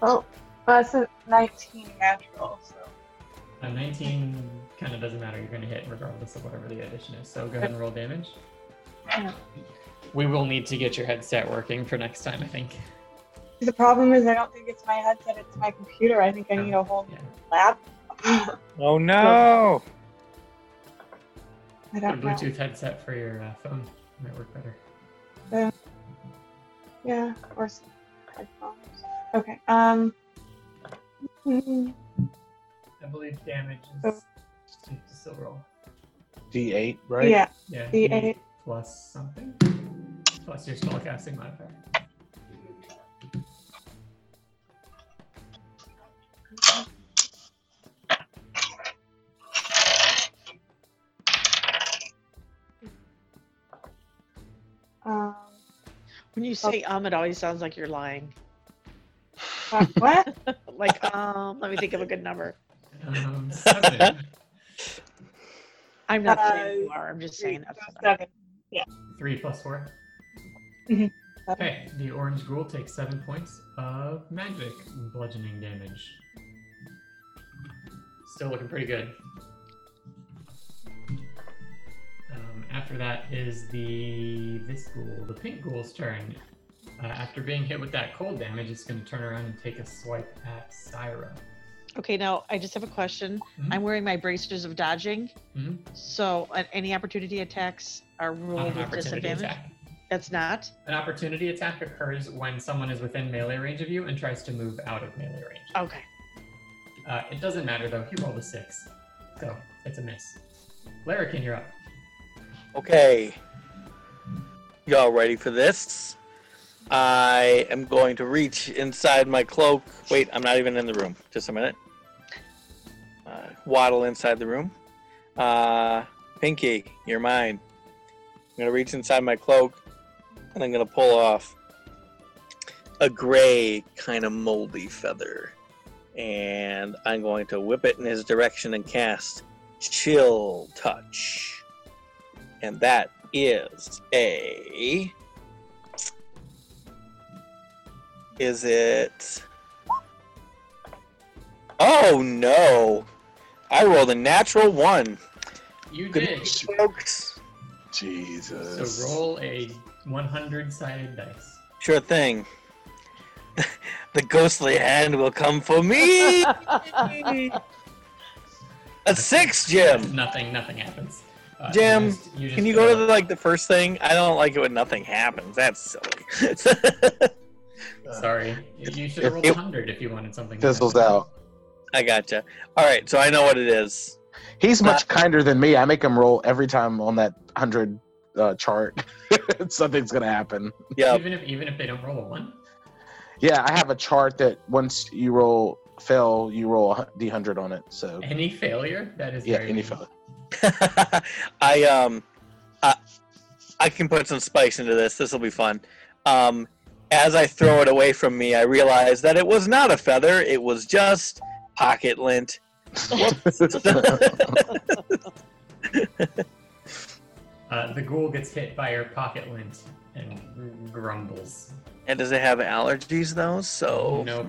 well, that's a 19 natural. So A 19 kind of doesn't matter. You're going to hit regardless of whatever the addition is. So go ahead and roll damage. Yeah. We will need to get your headset working for next time, I think. the problem is, I don't think it's my headset; it's my computer. I think I need a whole Yeah. lab. oh no. I Put a don't know. Bluetooth headset for your uh, phone. Might work better. Yeah, or some headphones. Okay. Um. mm, I believe damage is Oh. still roll. D8, right? Yeah. Yeah. The you eight. need Plus something. Plus your spellcasting modifier. um, When you say um, it always sounds like you're lying. Uh, what? Like, um, let me think of a good number. Um, seven. I'm not saying Uh, you are. I'm just saying that's what I- Seven. Three plus four. Mhm. Okay, the orange ghoul takes seven points of magic bludgeoning damage. Still looking pretty good. Um, after that is the this ghoul, the pink ghoul's turn. Uh, after being hit with that cold damage, it's going to turn around and take a swipe at Syra. Okay, now I just have a question. Mhm. I'm wearing my bracers of dodging, Mhm. so uh, any opportunity attacks are Not ruled an with opportunity disadvantage. attack. That's not. An opportunity attack occurs when someone is within melee range of you and tries to move out of melee range. Okay. Uh, it doesn't matter though. He rolled a six, so it's a miss. Larrikin, you're up. Okay. Y'all ready for this? I am going to reach inside my cloak. Wait, I'm not even in the room. Just a minute. Uh, waddle inside the room. Uh, Pinky, you're mine. I'm going to reach inside my cloak and I'm going to pull off a gray, kind of moldy feather. And I'm going to whip it in his direction and cast Chill Touch and that is a is it oh no i rolled a natural one You good did. news, folks Jesus. So roll a 100-sided dice. sure thing the ghostly hand will come for me a six jim Nothing. Nothing happens. Uh, you Jim, just- just can you go to roll. the, like the first thing i don't like it when nothing happens that's silly Sorry, you should have rolled It- 100 if you wanted something. to Fizzles happen. out. i gotcha all right so i know what it is He's much kinder than me. I make him roll every time on that hundred uh, chart. Something's gonna happen. yep Even if even if they don't roll a one. Yeah, I have a chart that once you roll fail, you roll a d hundred on it. So Any failure that is yeah, very any mean. fail. I um, I, I can put some spice into this. This will be fun. Um, as I throw it away from me, I realize that it was not a feather. It was just pocket lint. Uh, the ghoul gets hit by your pocket lint and grumbles. And does it have allergies though? So mm, Nope.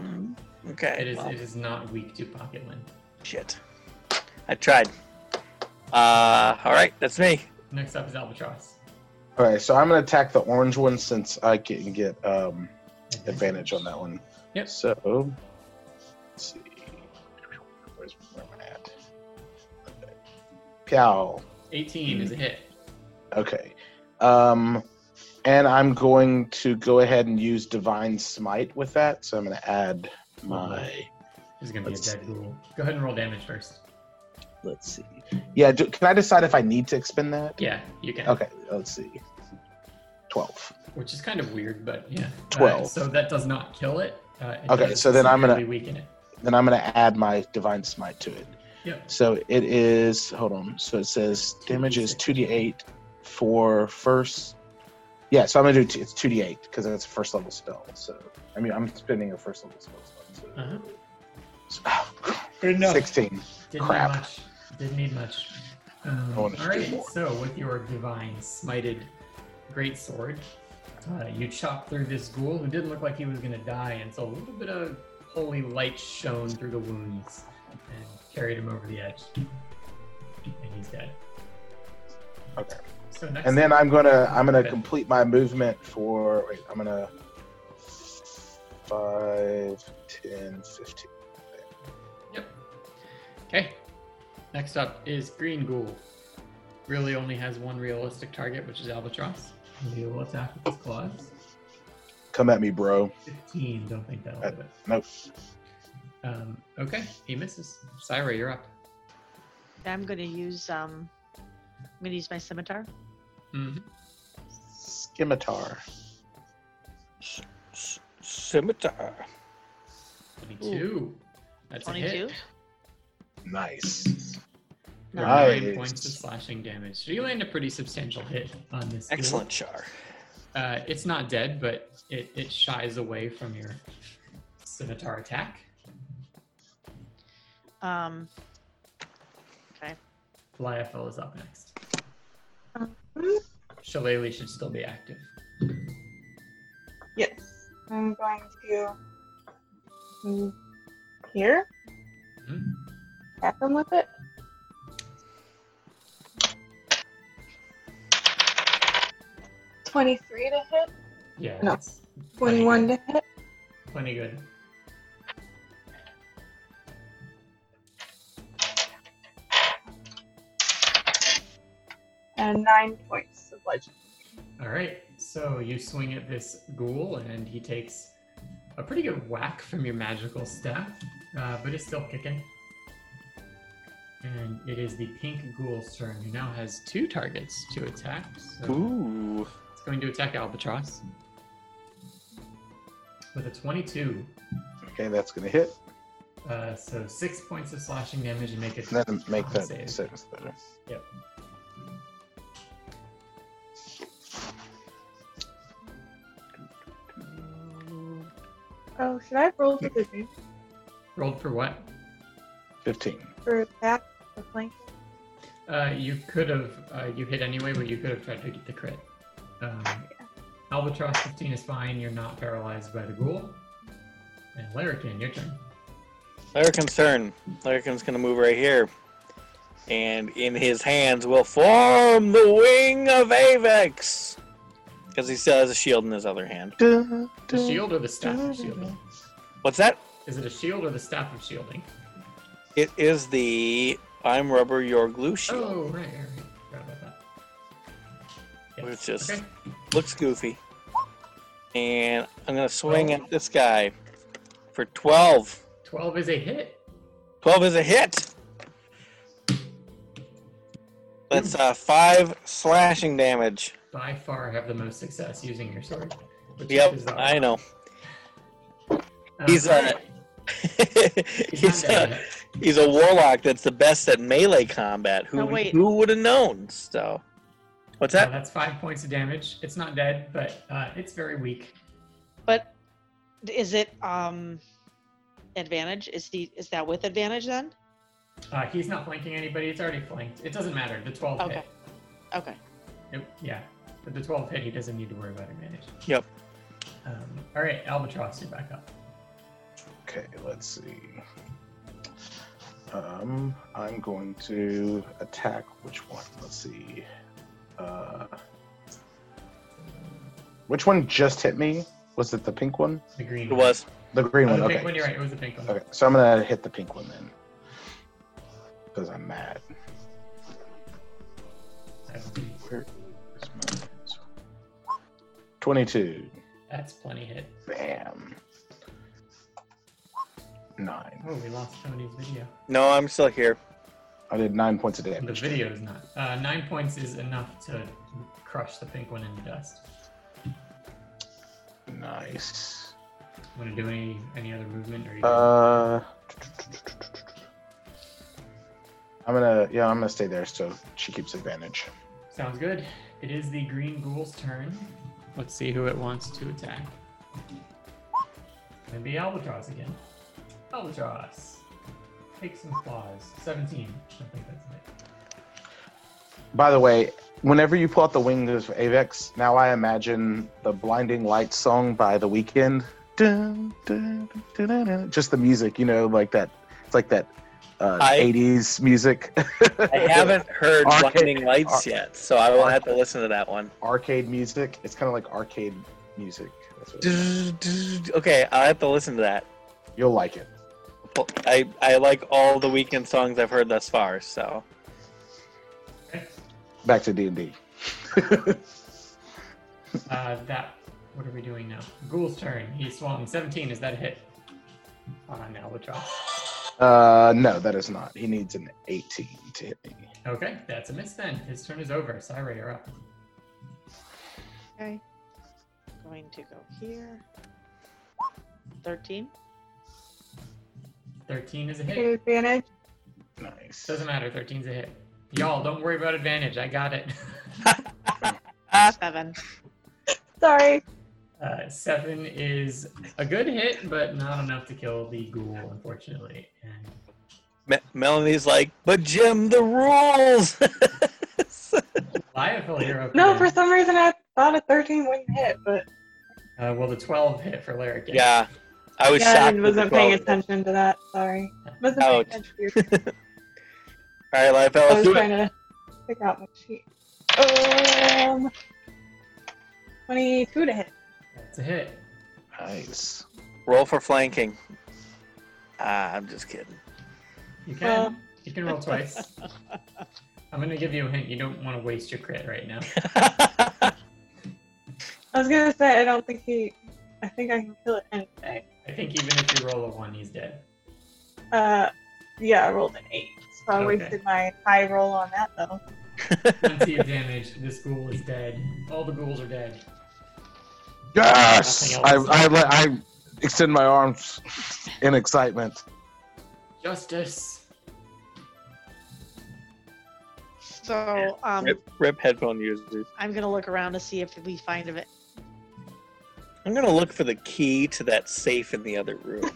Okay. It is well, it is not weak to pocket lint. Shit. I tried. Uh, all right, that's me. Next up is albatross. All right, so I'm gonna attack the orange one since I can get um, advantage on that one. Yep. So, let's see. Where's, where am I at? Piao. 18 is a hit. Okay. Um, and I'm going to go ahead and use Divine Smite with that. So I'm going to add my. There's gonna be a Let's dead ghoul. Go ahead and roll damage first. Let's see. Yeah, do, can I decide if I need to expend that? Yeah, you can. Okay, let's see. 12. Which is kind of weird, but yeah. Uh, 12. so that does not kill it. Uh, it Okay, does so then I'm gonna- severely weaken it. Then I'm going to add my Divine Smite to it. Yep. So it is. Hold on. So it says damage is 2d8 for first. Yeah, so I'm going to do t- it's 2d8 because that's a first level spell. So, I mean, I'm spending a first level spell. slot, Uh-huh. So. ah, 16. 16. Didn't Crap. need much. Didn't need much. Um, I wanted to all do right. more. So with your divine smited great sword, uh, you chop through this ghoul who didn't look like he was gonna die until a little bit of holy light shone through the wounds and carried him over the edge, and he's dead. Okay. So next. and then I'm gonna I'm gonna Okay. complete my movement for wait, I'm gonna 5, 10, 15. Okay. Next up is Green Ghoul. Really only has one realistic target, which is Albatross. He will attack with his claws. Come at me, bro. 15, don't think that'll do it. Nope. Um, okay, he misses. Syra, you're up. I'm gonna use um, I'm gonna use my scimitar. Mhm. Scimitar. S- Scimitar. 22. That's a Twenty-two. hit. Nice. You're Nice. Nine points of slashing damage. So you land a pretty substantial hit on this. ghoul. Excellent, Char. Uh, it's not dead, but it, it shies away from your scimitar attack. Um, Lyafel is up next. Mhm. Shillelagh should still be active. Yes. I'm going to move here. Mhm. Tap him with it. Twenty-three to hit. Yeah, No. that's Twenty-one to hit. plenty good. And nine points of legend. All right, so you swing at this ghoul, and he takes a pretty good whack from your magical staff, uh, but it's still kicking. And it is the pink ghoul's turn, who now has two targets to attack. So Ooh. It's going to attack Albatross with a 22. Okay, that's gonna hit. Uh, so six points of slashing damage and make it. Let him make con that save. six better. Oh, should I roll for the dude Rolled for what? Fifteen. for attack the flank? Uh, you could have uh, you hit anyway, but you could have tried to get the crit. Um, Albatross 15 is fine. You're not paralyzed by the ghoul. And Larrikin, your turn. Larrikin's turn. Larrikin's gonna move right here. And in his hands will form the wing of Avex. Because he still has a shield in his other hand. The shield or the staff of shielding? What's that? Is it a shield or the staff of shielding? It is the I'm rubber, your glue shield. Oh, right, right, right. Forgot about that. It's just- Okay. Looks goofy. And I'm gonna swing at this guy for 12. 12 is a hit. 12 is a hit. That's uh, five slashing damage. By far, have the most success using your sword. which Yep, is, uh, I know. uh, he's, uh, he's he's, uh, not dead a, yet. he's a warlock that's the best at melee combat. Who, No, wait. who would have known? So, what's Uh, that? that's five points of damage. It's not dead, but uh, it's very weak. but is it um advantage? Is the is that with advantage then? Uh, he's not flanking anybody. It's already flanked. It doesn't matter. The 12 Okay. hit. Okay. It- yeah. But the 12 hit, he doesn't need to worry about advantage. Yep. Um, all right, Albatross, you're back up. Okay, let's see. Um, I'm going to attack which one? Let's see. Uh, which one just hit me? Was it the pink one? The green It was. The green Oh, one. the okay. pink one, you're right. It was the pink one. Okay, so I'm gonna hit the pink one then, because I'm mad. That'll be- Where is my twenty-two? That's plenty hit. Bam. Nine. Oh, we lost Tony's video. No, I'm still here. I did nine points of The damage. video is not. Uh, nine points is enough to crush the pink one into dust. Nice. Want to do any any other movement? Or you Uh, I'm gonna yeah, I'm gonna stay there so she keeps advantage. Sounds good. It is the green ghoul's turn. Let's see who it wants to attack. Gonna be Albatross again. Albatross. Take some claws. 17. I think that's it. By the way, whenever you pull out the wings of Avex, now I imagine the blinding light song by The Weeknd. Dun, dun, dun, dun, dun. Just the music, you know, like that. It's like that uh, I- 80s music, I haven't heard Arc- blinding lights Arc- yet, so I will have to listen to that one. arcade music. It's kind of like arcade music. That's what it is. Okay, I'll have to listen to that. You'll like it. Well, I, I like all the weekend songs I've heard thus far, so Okay. Back to D and D. Uh, that. What are we doing now? Ghoul's turn. He swung. 17. Is that a hit? On Albatross. Uh, no, that is not. He needs an 18 to hit me. Okay, that's a miss then. His turn is over. Syra, you're up. Okay. Going to go here. Thirteen. 13 is a Get hit. advantage. Nice. Doesn't matter. 13's a hit. Uh, Y'all, don't worry about advantage. I got it. Seven. Sorry. Uh, seven is a good hit, but not enough to kill the ghoul, unfortunately. And Me- Melanie's like, but Jim, the rules. Liaphil, you're okay. No, for some reason I thought a 13 wouldn't hit, but uh, well, the twelve hit for Larrick. yeah, I was yeah, I shocked. with the wasn't paying 12. attention to that. Sorry. Wasn't Ouch. paying attention to your- All right, I Liefeld, was do it. trying to figure out my sheet. Um, 22 to hit. That's a hit. Nice. Roll for flanking. Ah, I'm just kidding. You can Well. you can roll twice. I'm gonna give you a hint. You don't want to waste your crit right now. I was gonna say I don't think he. I think I can kill it anyway. I think even if you roll a one, he's dead. Uh, yeah, I rolled an eight, so I Okay. wasted my high roll on that though. Plenty of damage. This ghoul is dead. All the ghouls are dead. Yes! Nothing I, else. I, let- I extend my arms in excitement. Justice. So um, Rip, rip headphone users. I'm gonna look around to see if we find of it. I'm gonna look for the key to that safe in the other room.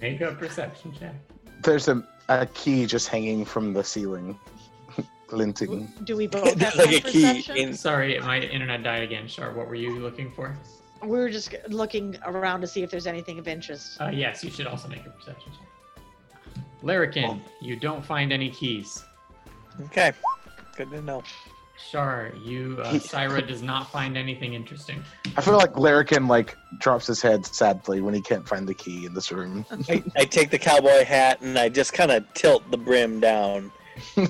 Make a perception check. There's a, a key just hanging from the ceiling, glinting. Do we both have There's like a that key perception? in. Sorry, my internet died again. Char, what were you looking for? We were just looking around to see if there's anything of interest. Uh, yes, you should also make a perception check. Larrikin, you don't find any keys. Okay, good to know. Char, you uh, He- Syra does not find anything interesting. I feel like Larrikin like drops his head sadly when he can't find the key in this room. I, I take the cowboy hat and I just kind of tilt the brim down,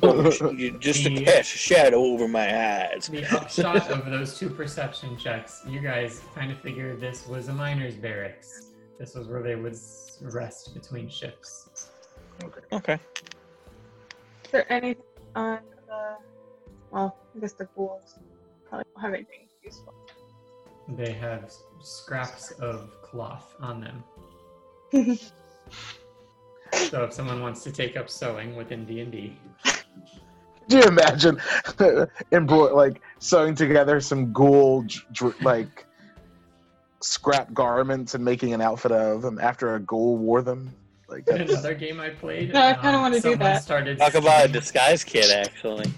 Oh, You- just to Yeah. cast a shadow over my eyes. The upshot of those two perception checks, you guys kind of figured this was a miner's barracks. This was where they would s- rest between shifts. Okay. Is there anything on the? Well, I guess the ghouls probably don't have anything useful. They have s- scraps of cloth on them. So if someone wants to take up sewing within D&D, Do you imagine embro- like sewing together some ghoul dr- like scrap garments and making an outfit of them after a ghoul wore them? Like in that's, another game I played, um, No, I kinda wanna do someone that. Started Talk about a skinning- disguise kit, actually.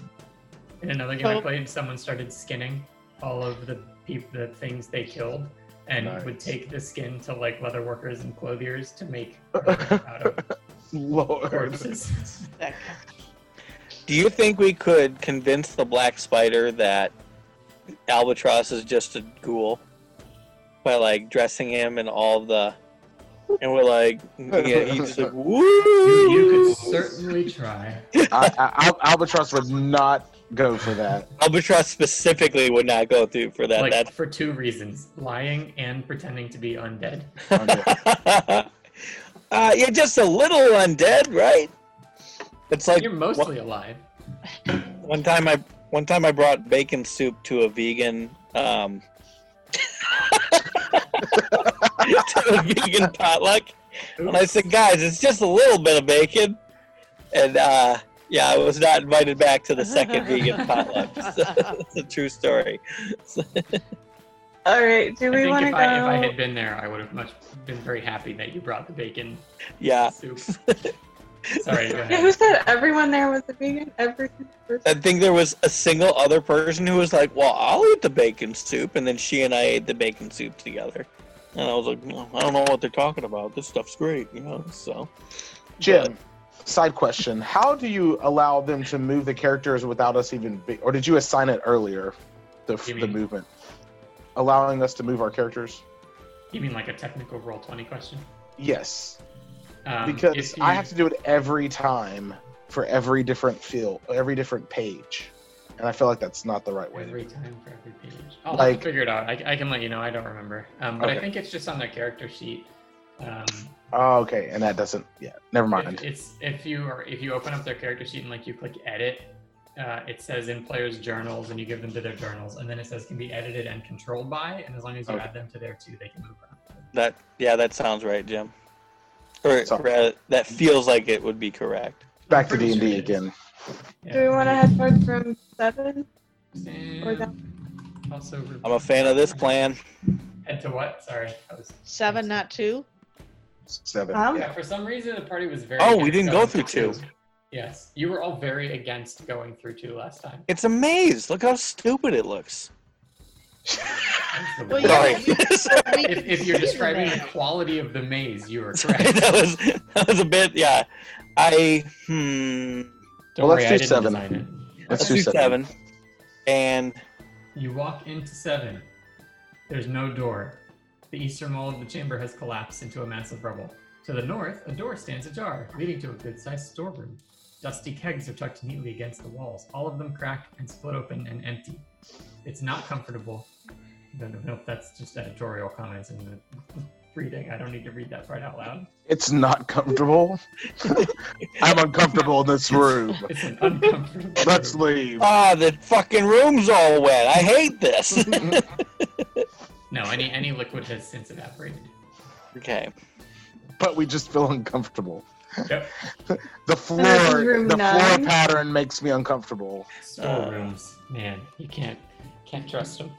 In another game I Oh. played, someone started skinning all of the peop- the things they killed, and Nice. would take the skin to like leather workers and clothiers to make armor out of Lord. corpses. That- Do you think we could convince the black spider that Albatross is just a ghoul by like dressing him in all the and we're like, yeah, he's just like, woo! you, you could certainly try. I, I, Al- Albatross would not go for that. Albatross specifically would not go through for that. like for two reasons: lying and pretending to be undead. That's uh, you're just a little undead, right? It's like You're mostly alive. One time I one time I brought bacon soup to a vegan um to a vegan potluck. And I said, guys, it's just a little bit of bacon. And uh yeah, I was not invited back to the second vegan potluck. So, it's a true story. All right, do I we think want to if go? I, if I had been there, I would have much been very happy that you brought the bacon Yeah. soup. Sorry, go yeah, who ahead. said everyone there was a vegan? Every single person. I think there was a single other person who was like, "Well, I'll eat the bacon soup," and then she and I ate the bacon soup together. And I was like, "Well, "I don't know what they're talking about. This stuff's great, you know." So, Jim, side question: How do you allow them to move the characters without us even, be- or did you assign it earlier? The, You the mean- movement, allowing us to move our characters. You mean like a technical roll twenty question? Yes, Um, because if you- I have to do it every time for every different field, every different page, and I feel like that's not the right way. Every time for every page. I'll have Like- to figure it out. I, I can let you know. I don't remember. Um, but I Okay. think it's just on their character sheet. Um, Oh, okay, and that doesn't. Yeah, never if, mind. it's if you are if you open up their character sheet and like you click edit, uh, it says in players' journals, and you give them to their journals, and then it says can be edited and controlled by, and as long as you Okay. add them to there too, they can move around. That yeah, that sounds right, Jim. Or So- rather, that feels like it would be correct. Back to pretty D and sure it D is. again. Yeah. Do we want to head towards room seven? Um, or that- Also, re- I'm a fan of this plan. head to what? Sorry. I was, Seven, not two. Seven. Um, yeah. yeah, for some reason, the party was very. Oh, we against didn't go going through two. Yes. You were all very against going through two last time. It's a maze. Look how stupid it looks. Well, Sorry. yeah, you- that we If, can if you're see the describing the maze. quality of the maze, you are correct. was that was a bit. Yeah, I hmm. Don't Well, let's worry, I do didn't seven. design it. Let's do seven. seven. And You walk into seven. There's no door. The eastern wall of the chamber has collapsed into a mass of rubble. To the north, a door stands ajar, leading to a good sized storeroom. Dusty kegs are tucked neatly against the walls, all of them cracked and split open and empty. It's not comfortable. No, no, nope, that's just editorial comments in the reading. I don't need to read that part out loud. It's not comfortable. I'm uncomfortable in this room. It's an uncomfortable. Let's room. leave. ah, the fucking room's all wet. I hate this. No, any any liquid has since evaporated. okay. but we just feel uncomfortable. Yep. the floor, room the nine. floor pattern makes me uncomfortable. Storerooms, man, you can't can't trust them.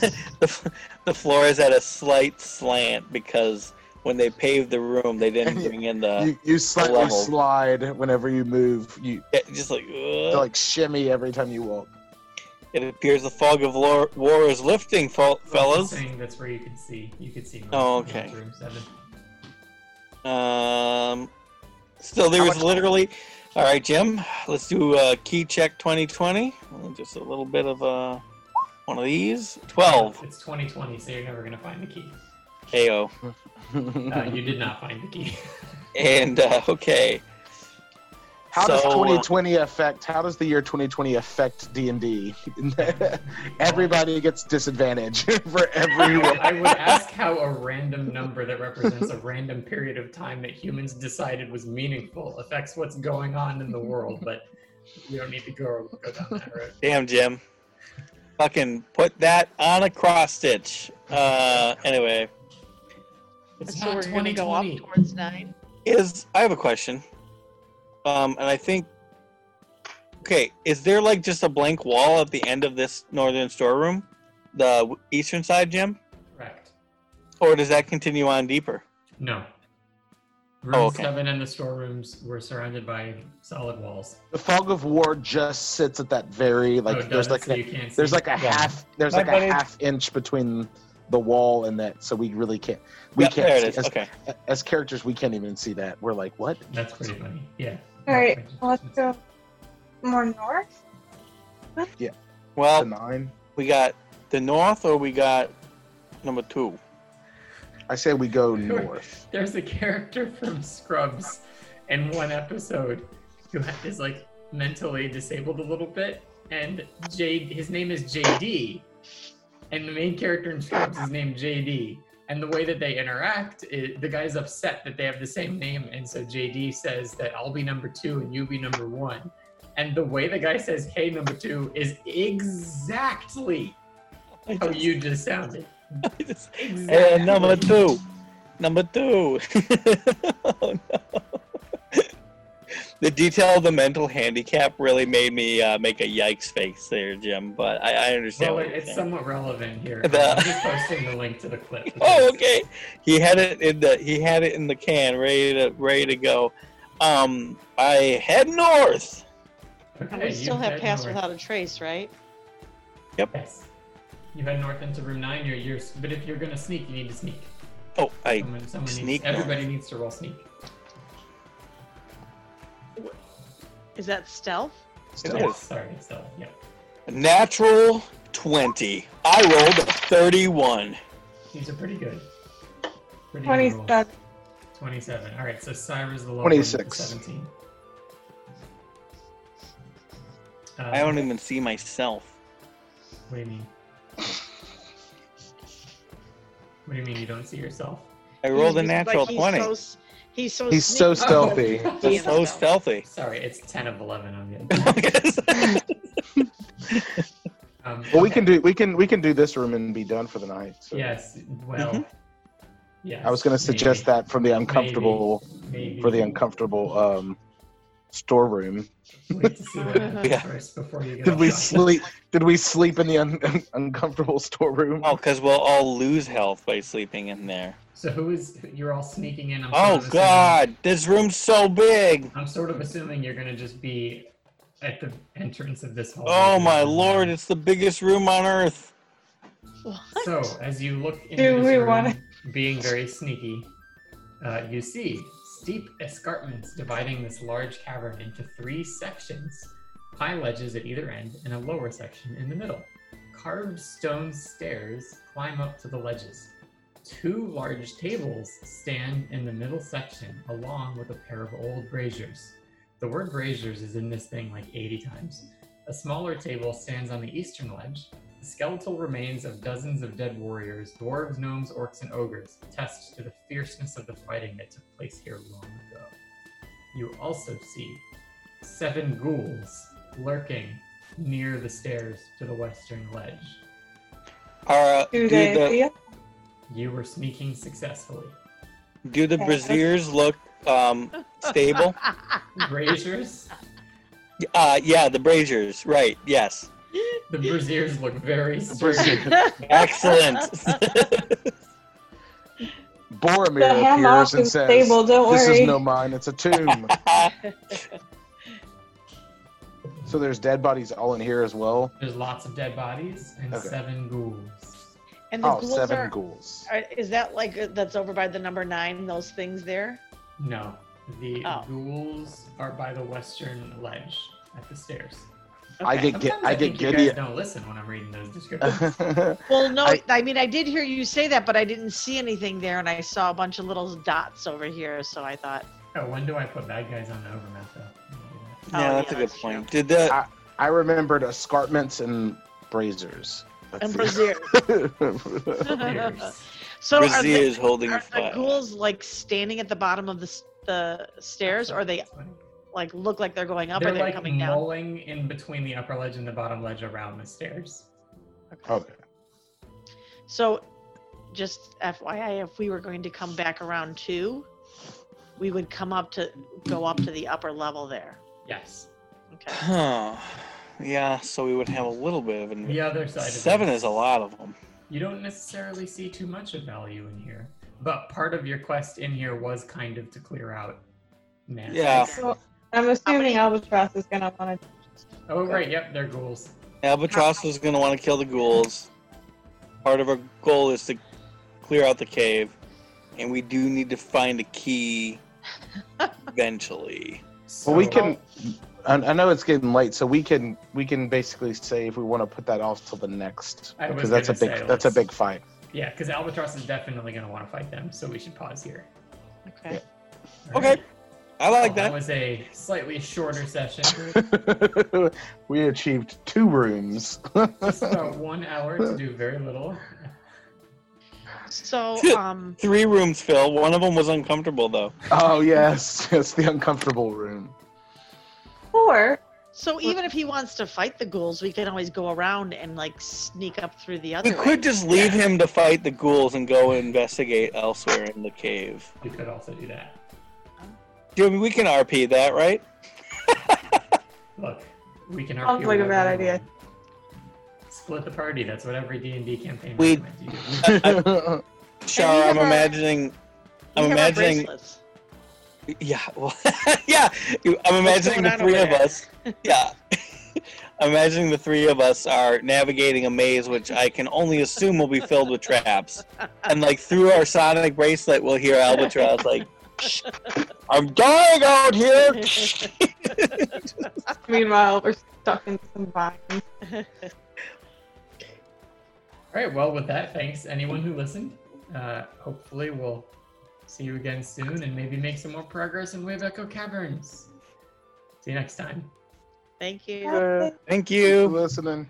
The, f- the floor is at a slight slant because when they paved the room, they didn't bring in the. you, you slightly level. slide whenever you move. You it just like, you, ugh. like shimmy every time you walk. it appears the fog of lor- war is lifting, fol- fellas. Saying that's where you can see. You can see. most Oh, of the okay. Room seven. Um, still, there How was much- literally. All right, Jim. Let's do uh, key check 2020. Uh, Just a little bit of uh, one of these. 12. It's 2020, so you're never gonna find the key. KO. Uh, you did not find the key. And uh, okay. how does So, uh, 2020 affect? How does the year 2020 affect D and D? Everybody gets disadvantage for every. I would ask how a random number that represents a random period of time that humans decided was meaningful affects what's going on in the world, but we don't need to go, go down that road. Damn, Jim. Fucking put that on a cross stitch. Uh, anyway, It's so not we're going to go up 2020. towards nine. is I have a question. Um, and I think. Okay, is there like just a blank wall at the end of this northern storeroom, the w- eastern side, Jim? Correct. Or does that continue on deeper? No. Room Oh, okay. seven and the storerooms were surrounded by solid walls. The fog of war just sits at that very like. Oh, it there's doesn't, like so a, you can't see. there's like a Yeah. half. There's My like buddy- a half inch between the wall and that, so we really can't. We Yep, can't. There it see- is. as- okay. as characters we can't even see that we're like what That's pretty funny. Yeah. All right, well, let's go more north. the Well, nine we got the north, or we got number two. i say we go north There's a character from Scrubs in one episode who ha- is like mentally disabled a little bit, and J his name is JD, and the main character in Scrubs is named JD. And the way that they interact, is, the guy's upset that they have the same name, and so JD says that I'll be number two and you be number one. And the way the guy says "Hey, number two is exactly I how just- you just sounded. I just- Exactly. Eh, number two. Number two. oh, no. The detail of the mental handicap really made me uh, make a yikes face there, Jim. But I, I understand. Well, what it- you're it's saying. somewhat relevant here. The- I'm just posting the link to the clip. oh, okay. He had it in the he had it in the can, ready to ready to go. Um, I head north. And we you still have head Pass north. Without a Trace, right? Yes. You head north into room nine. You're, you're, but if you're gonna sneak, you need to sneak. Oh, I Someone, someone Sneak Needs, everybody needs to roll sneak. Is that stealth? Yes, sorry, so yeah. Natural 20. I rolled a 31. These are pretty good. Pretty good rolls. 27. Twenty-seven. All right, so Cyrus the low 26. 17. Uh, I don't even see myself. What do you mean? What do you mean you don't see yourself? I rolled a He's- natural like, he's 20. So, s- he's so. he's so sneaky. stealthy He's so stealthy. Sorry, it's 10 of 11 on the other. Um, well we can okay. do we can we can do this room and be done for the night so. Yes, well. Yes. i was going to suggest that from the uncomfortable that for the uncomfortable um storeroom. Wait to see what happens Yeah. first before you get Did all we shot. sleep? Did we sleep in the un- un- uncomfortable storeroom? Oh, because we'll all lose health by sleeping in there. So who is you're all sneaking in? I'm sort Oh of assuming- God, this room's so big. I'm sort of assuming you're gonna just be at the entrance of this hall. Oh my Lord, it's the biggest room on earth. What? So as you look into Do this we room, wanna- being very sneaky, uh, you see steep escarpments dividing this large cavern into three sections, high ledges at either end and a lower section in the middle. Carved stone stairs climb up to the ledges. Two large tables stand in the middle section, along with a pair of old braziers. The word braziers is in this thing like 80 times. A smaller table stands on the eastern ledge. The skeletal remains of dozens of dead warriors, dwarves, gnomes, orcs, and ogres attest to the fierceness of the fighting that took place here long ago. You also see seven ghouls lurking near the stairs to the western ledge. Are, uh, Do do they the see us? You were sneaking successfully. do the braziers look um, stable? Braziers? Uh, yeah, the braziers. Right. Yes. The braziers look very sturdy. Boromir Excellent. The appears hammock and is says, stable, don't "This worry. is no mine. It's a tomb." Oh, so there's dead bodies all in here as well. There's lots of dead bodies and Okay. seven ghouls. And the Oh, ghouls seven are, ghouls. are- is that like uh, that's over by the number nine? Those things there. No, the Oh. ghouls are by the western ledge at the stairs. I Okay. get, get Sometimes I think you get giddy. guys don't listen when I'm reading those descriptions. Well, no, I, I- mean I did hear you say that, but I didn't see anything there, and I saw a bunch of little dots over here, so I thought. oh, when do I put bad guys on the overmap though? yeah, that's a yeah, good that's point. Did the I- I remembered escarpments and braziers. That's And it. brazier. Braziers. so are they, braziers holding are the fire? ghouls like standing at the bottom of the s- the stairs, or they That's funny. like look like they're going up, They're or they're like coming down? mulling in between the upper ledge and the bottom ledge around the stairs. okay. So, just FYI, if we were going to come back around two, we would come up to go up to the upper level there. Yes. Okay. Huh. Yeah. So we would have a little bit of an. The other side of Seven it. is a lot of them. You don't necessarily see too much of value in here, but part of your quest in here was kind of to clear out. Man. Yeah. So I'm assuming Albatross is gonna want to. Oh right, yep, they're ghouls. Albatross was going to want to kill the ghouls. Part of our goal is to clear out the cave, and we do need to find a key eventually. So Well, we can. I, I know it's getting late, so we can we can basically say if we want to put that off till the next I was because that's a gonna big say, that's a let's- big fight. Yeah, because Albatross is definitely going to want to fight them, so we should pause here. Okay. All Okay. right. I like Well, Oh, That that. was a slightly shorter session, we achieved two rooms. just about one hour to do very little. So, um, Three rooms, Phil. One of them was uncomfortable, though. oh yes, it's the uncomfortable room. Or so even if he wants to fight the ghouls, we can always go around and like sneak up through the other. We could just leave him to fight the ghouls and go investigate elsewhere in the cave. You could also do that. Dude, we can RP that, right? Look, we can. Sounds argue like a whatever bad we idea. want. Split the party. That's what every D and D campaign We- recommends you do. Uh, Sure, have I'm our- imagining. We I'm have our imagining. bracelets. Yeah, well, yeah. you- I'm imagining going the on three over of there? us. Yeah, I'm imagining the three of us are navigating a maze, which I can only assume will be filled with traps. And like through our sonic bracelet, we'll hear Albatross like, "I'm dying out here." meanwhile, we're stuck in some vines. All right. Well, with that, thanks anyone who listened. Uh, hopefully, we'll see you again soon, and maybe make some more progress in Wave Echo Caverns. See you next time. Thank you. Yeah. Thank you. listening.